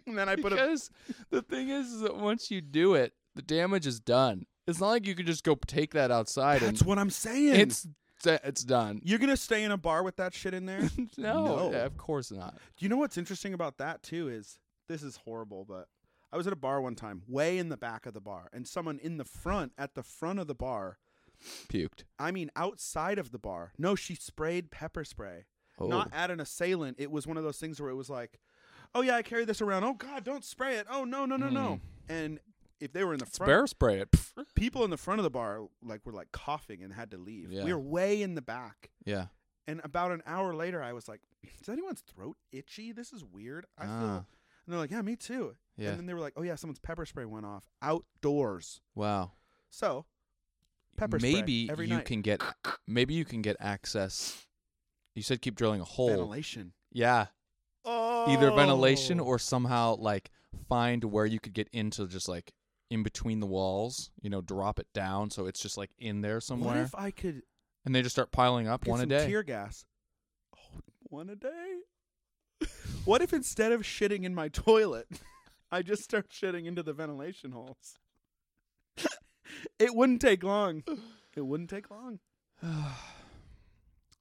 [SPEAKER 1] and then I put a
[SPEAKER 2] because the thing is, is that once you do it, the damage is done. It's not like you can just go take that outside
[SPEAKER 1] That's
[SPEAKER 2] and
[SPEAKER 1] what I'm saying.
[SPEAKER 2] it's it's done.
[SPEAKER 1] You're gonna stay in a bar with that shit in there. Do
[SPEAKER 2] No,
[SPEAKER 1] No.
[SPEAKER 2] yeah, of course not.
[SPEAKER 1] you know what's interesting about that too is this is horrible, but I was at a bar one time, way in the back of the bar, and someone in the front at the front of the bar.
[SPEAKER 2] Puked.
[SPEAKER 1] I mean, outside of the bar. No, she sprayed pepper spray.
[SPEAKER 2] Oh.
[SPEAKER 1] Not at an assailant. It was one of those things where it was like, "Oh yeah, I carry this around. Oh God, don't spray it. Oh no, no, no,
[SPEAKER 2] Hmm.
[SPEAKER 1] no." And if they were in the
[SPEAKER 2] It's
[SPEAKER 1] front,
[SPEAKER 2] bear spray it.
[SPEAKER 1] people in the front of the bar like were like coughing and had to leave.
[SPEAKER 2] Yeah.
[SPEAKER 1] We were way in the back.
[SPEAKER 2] yeah.
[SPEAKER 1] And about an hour later, I was like, "Is anyone's throat itchy? This is weird." I feel.
[SPEAKER 2] Ah.
[SPEAKER 1] And they're like, "Yeah, me too."
[SPEAKER 2] Yeah.
[SPEAKER 1] And then they were like, "Oh yeah, someone's pepper spray went off outdoors."
[SPEAKER 2] Wow.
[SPEAKER 1] So, pepper spray
[SPEAKER 2] maybe
[SPEAKER 1] every
[SPEAKER 2] you
[SPEAKER 1] night.
[SPEAKER 2] can get maybe you can get access. You said keep drilling a hole.
[SPEAKER 1] ventilation.
[SPEAKER 2] Yeah.
[SPEAKER 1] Oh,
[SPEAKER 2] Either ventilation or somehow like find where you could get into just like in between the walls, you know, drop it down so it's just like in there
[SPEAKER 1] What
[SPEAKER 2] somewhere.
[SPEAKER 1] if I could
[SPEAKER 2] and they just start piling up
[SPEAKER 1] get
[SPEAKER 2] one a
[SPEAKER 1] some
[SPEAKER 2] day.
[SPEAKER 1] tear gas? Oh, one a day. what if instead of shitting in my toilet, I just start shitting into the ventilation holes? it wouldn't take long. It wouldn't take long.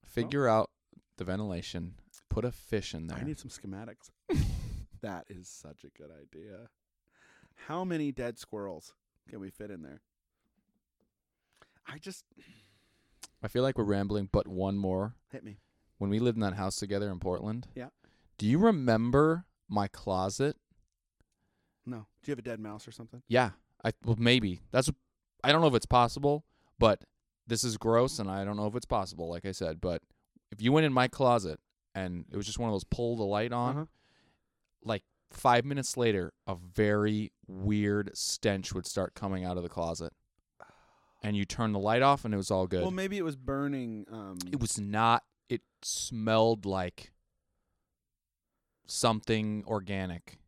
[SPEAKER 2] Figure out the ventilation. Put a fish in there.
[SPEAKER 1] I need some schematics. that is such a good idea. How many dead squirrels can we fit in there? I just
[SPEAKER 2] I feel like we're rambling, but one more.
[SPEAKER 1] hit me.
[SPEAKER 2] When we lived in that house together in Portland.
[SPEAKER 1] Yeah.
[SPEAKER 2] Do you remember my closet?
[SPEAKER 1] No. Do you have a dead mouse or something?
[SPEAKER 2] Yeah, I well maybe that's. I don't know if it's possible, but this is gross, and I don't know if it's possible. Like I said, but if you went in my closet and it was just one of those pull the light on,
[SPEAKER 1] Uh-huh.
[SPEAKER 2] like five minutes later, a very weird stench would start coming out of the closet, and you turn the light off, and it was all good.
[SPEAKER 1] Well, maybe it was burning um
[SPEAKER 2] it was not. It smelled like something organic.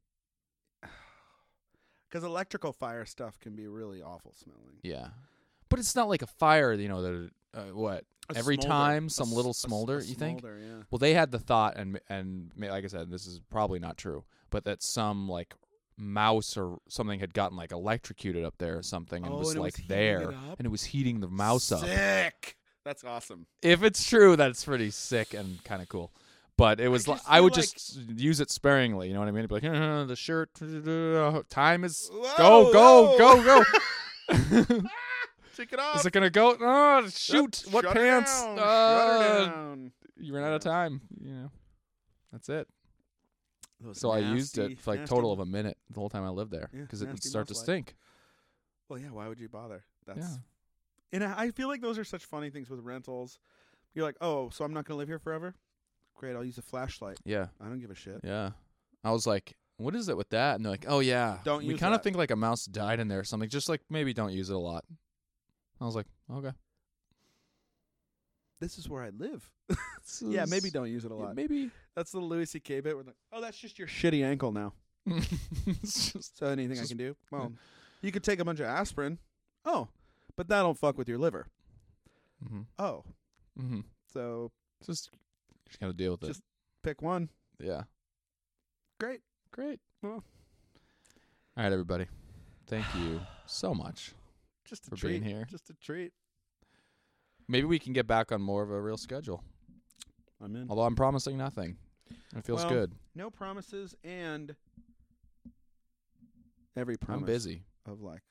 [SPEAKER 1] Because electrical fire stuff can be really awful smelling.
[SPEAKER 2] Yeah, but it's not like a fire. You know that uh, what
[SPEAKER 1] A
[SPEAKER 2] every
[SPEAKER 1] smolder.
[SPEAKER 2] time
[SPEAKER 1] A
[SPEAKER 2] some
[SPEAKER 1] s- a
[SPEAKER 2] little
[SPEAKER 1] s- a
[SPEAKER 2] smolder. you think?
[SPEAKER 1] smolder, yeah.
[SPEAKER 2] Well, they had the thought, and and ma- like I said, this is probably not true, but that some like mouse or something had gotten like electrocuted up there or something, and
[SPEAKER 1] Oh,
[SPEAKER 2] was
[SPEAKER 1] and it was
[SPEAKER 2] like
[SPEAKER 1] heating
[SPEAKER 2] there,
[SPEAKER 1] it up?
[SPEAKER 2] and it was heating the mouse up.
[SPEAKER 1] Sick. That's awesome.
[SPEAKER 2] If it's true, that's pretty sick and kind of cool. But it was
[SPEAKER 1] just
[SPEAKER 2] like I would
[SPEAKER 1] feel like-
[SPEAKER 2] just use it sparingly. You know what I mean? It'd be like "Uh, the shirt. uh, Time is
[SPEAKER 1] Whoa,
[SPEAKER 2] go go
[SPEAKER 1] whoa.
[SPEAKER 2] go go.
[SPEAKER 1] Take it off.
[SPEAKER 2] Is it gonna go? Oh, shoot!
[SPEAKER 1] Shut
[SPEAKER 2] what
[SPEAKER 1] her
[SPEAKER 2] pants?
[SPEAKER 1] down, Shut
[SPEAKER 2] Uh,
[SPEAKER 1] her down.
[SPEAKER 2] You ran out of
[SPEAKER 1] Yeah.
[SPEAKER 2] time. You know, that's it.
[SPEAKER 1] Those
[SPEAKER 2] So I used
[SPEAKER 1] nasty,
[SPEAKER 2] it for like
[SPEAKER 1] nasty
[SPEAKER 2] total of a minute the whole time I lived there
[SPEAKER 1] Yeah,
[SPEAKER 2] because it would
[SPEAKER 1] nasty
[SPEAKER 2] start to
[SPEAKER 1] mouse light.
[SPEAKER 2] stink.
[SPEAKER 1] Well, yeah. Why would you bother? That's
[SPEAKER 2] Yeah.
[SPEAKER 1] and I I feel like those are such funny things with rentals. You're like, oh, so I'm not gonna live here forever? Great, I'll use a flashlight.
[SPEAKER 2] Yeah,
[SPEAKER 1] I don't give a shit.
[SPEAKER 2] yeah. I was like, "What is it with that?" And they're like, "Oh yeah,
[SPEAKER 1] Don't
[SPEAKER 2] We
[SPEAKER 1] use
[SPEAKER 2] kind of
[SPEAKER 1] that.
[SPEAKER 2] think like a mouse died in there or something. Just like maybe don't use it a lot. I was like, "Okay."
[SPEAKER 1] This is where I live. yeah, maybe don't use it a
[SPEAKER 2] Yeah,
[SPEAKER 1] lot.
[SPEAKER 2] maybe.
[SPEAKER 1] That's the Louis C.K. bit. Where like, oh, that's just your shitty ankle now.
[SPEAKER 2] it's just
[SPEAKER 1] So anything I
[SPEAKER 2] Just-
[SPEAKER 1] can do?
[SPEAKER 2] yeah.
[SPEAKER 1] Well, you could take a bunch of aspirin. Oh, but that don't fuck with your liver.
[SPEAKER 2] mm-hmm.
[SPEAKER 1] Oh,
[SPEAKER 2] Mm-hmm.
[SPEAKER 1] so
[SPEAKER 2] just just gotta deal with
[SPEAKER 1] Just- pick one.
[SPEAKER 2] it. Yeah.
[SPEAKER 1] Great.
[SPEAKER 2] Great.
[SPEAKER 1] Well.
[SPEAKER 2] All right, everybody. Thank you so much.
[SPEAKER 1] Just a
[SPEAKER 2] For
[SPEAKER 1] treat.
[SPEAKER 2] being here.
[SPEAKER 1] Just a treat.
[SPEAKER 2] Maybe we can get back on more of a real schedule.
[SPEAKER 1] I'm in.
[SPEAKER 2] Although I'm promising nothing. It feels
[SPEAKER 1] Well,
[SPEAKER 2] good.
[SPEAKER 1] No promises and every promise
[SPEAKER 2] I'm busy
[SPEAKER 1] of like,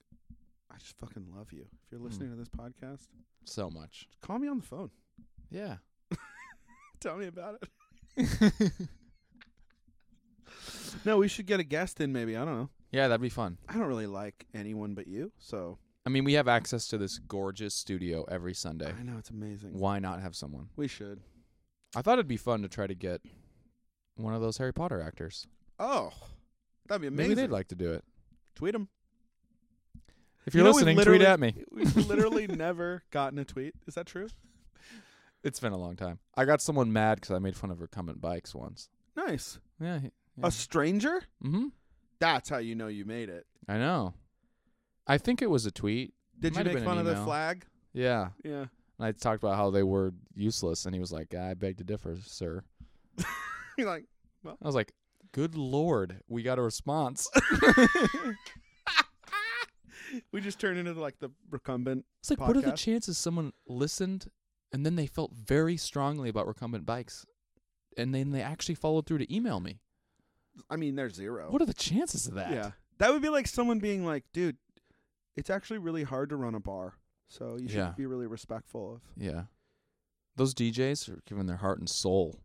[SPEAKER 1] I just fucking love you. If
[SPEAKER 2] Hmm.
[SPEAKER 1] you're listening to this podcast,
[SPEAKER 2] so much.
[SPEAKER 1] call me on the phone.
[SPEAKER 2] Yeah.
[SPEAKER 1] Tell me about it. No, we should get a guest in. Maybe I don't know.
[SPEAKER 2] yeah, that'd be fun.
[SPEAKER 1] I don't really like anyone but you. So
[SPEAKER 2] I mean, we have access to this gorgeous studio every Sunday.
[SPEAKER 1] I know it's amazing.
[SPEAKER 2] Why not have someone?
[SPEAKER 1] We should.
[SPEAKER 2] I thought it'd be fun to try to get one of those Harry Potter actors.
[SPEAKER 1] Oh, that'd be amazing.
[SPEAKER 2] Maybe they'd like to do it.
[SPEAKER 1] tweet them.
[SPEAKER 2] If
[SPEAKER 1] You
[SPEAKER 2] you're
[SPEAKER 1] know, we've
[SPEAKER 2] listening, tweet
[SPEAKER 1] literally-
[SPEAKER 2] at me.
[SPEAKER 1] We've literally never gotten a tweet. Is that true?
[SPEAKER 2] It's been a long time. I got someone mad because I made fun of her coming bikes once.
[SPEAKER 1] Nice.
[SPEAKER 2] Yeah. He,
[SPEAKER 1] A stranger?
[SPEAKER 2] mm-hmm.
[SPEAKER 1] That's how you know you made it.
[SPEAKER 2] I know. I think it was a tweet.
[SPEAKER 1] Did
[SPEAKER 2] Might
[SPEAKER 1] you
[SPEAKER 2] have
[SPEAKER 1] make
[SPEAKER 2] been
[SPEAKER 1] fun
[SPEAKER 2] an
[SPEAKER 1] of the
[SPEAKER 2] email.
[SPEAKER 1] flag?
[SPEAKER 2] Yeah.
[SPEAKER 1] Yeah.
[SPEAKER 2] And I talked about how they were useless, and he was like, "I beg to differ, sir."
[SPEAKER 1] You're like,
[SPEAKER 2] I was like, "Good lord, we got a response."
[SPEAKER 1] we just turned into like the recumbent.
[SPEAKER 2] It's like, what are the
[SPEAKER 1] podcast.
[SPEAKER 2] chances someone listened and then they felt very strongly about recumbent bikes, and then they actually followed through to email me?
[SPEAKER 1] I mean, they're zero.
[SPEAKER 2] What are the chances of that?
[SPEAKER 1] Oh. yeah. That would be like someone being like, dude, it's actually really hard to run a bar. So you should
[SPEAKER 2] Yeah.
[SPEAKER 1] be really respectful of.
[SPEAKER 2] Yeah. Those DJs are giving their heart and soul.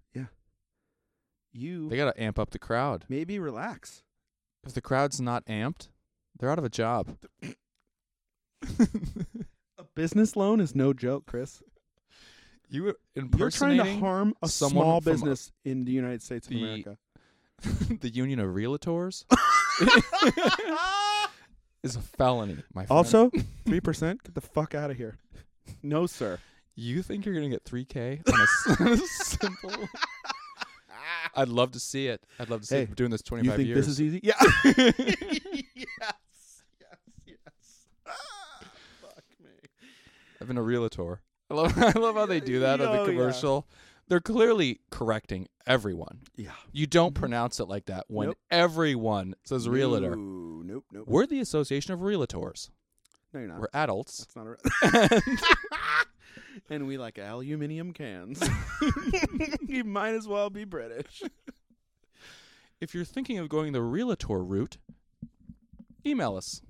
[SPEAKER 1] You
[SPEAKER 2] They got to amp up the crowd.
[SPEAKER 1] maybe relax.
[SPEAKER 2] If the crowd's not amped, they're out of a job.
[SPEAKER 1] A business loan is no joke, Chris.
[SPEAKER 2] You
[SPEAKER 1] You're trying
[SPEAKER 2] impersonating
[SPEAKER 1] to harm a
[SPEAKER 2] someone
[SPEAKER 1] small
[SPEAKER 2] from a-
[SPEAKER 1] business in the United States of
[SPEAKER 2] The-
[SPEAKER 1] America.
[SPEAKER 2] the Union of Realtors is a felony, my friend.
[SPEAKER 1] Also, three percent. Get the fuck out of here. No, sir.
[SPEAKER 2] you think you're gonna get 3K on a s- on a simple? I'd love to see it. I'd love to see
[SPEAKER 1] Hey,
[SPEAKER 2] it doing this 25
[SPEAKER 1] You think
[SPEAKER 2] years.
[SPEAKER 1] this is easy? Yeah. yes. Yes. Yes. Ah, fuck me.
[SPEAKER 2] I've been a realtor. I love, I love how they do that on
[SPEAKER 1] Oh, yeah.
[SPEAKER 2] the commercial. They're clearly correcting everyone.
[SPEAKER 1] Yeah.
[SPEAKER 2] You don't
[SPEAKER 1] Mm-hmm.
[SPEAKER 2] pronounce it like that when
[SPEAKER 1] Nope.
[SPEAKER 2] everyone says realtor.
[SPEAKER 1] Ooh, nope. Nope.
[SPEAKER 2] We're the Association of Realtors.
[SPEAKER 1] No, you're not.
[SPEAKER 2] We're adults.
[SPEAKER 1] That's not a. and we like aluminium cans. you might as well be British.
[SPEAKER 2] if you're thinking of going the realtor route, email us,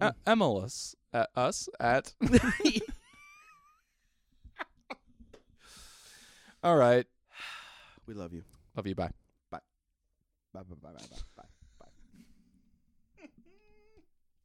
[SPEAKER 2] uh, email us at us at. All right,
[SPEAKER 1] We love you.
[SPEAKER 2] love you. Bye.
[SPEAKER 1] Bye. Bye. Bye. Bye. Bye. Bye.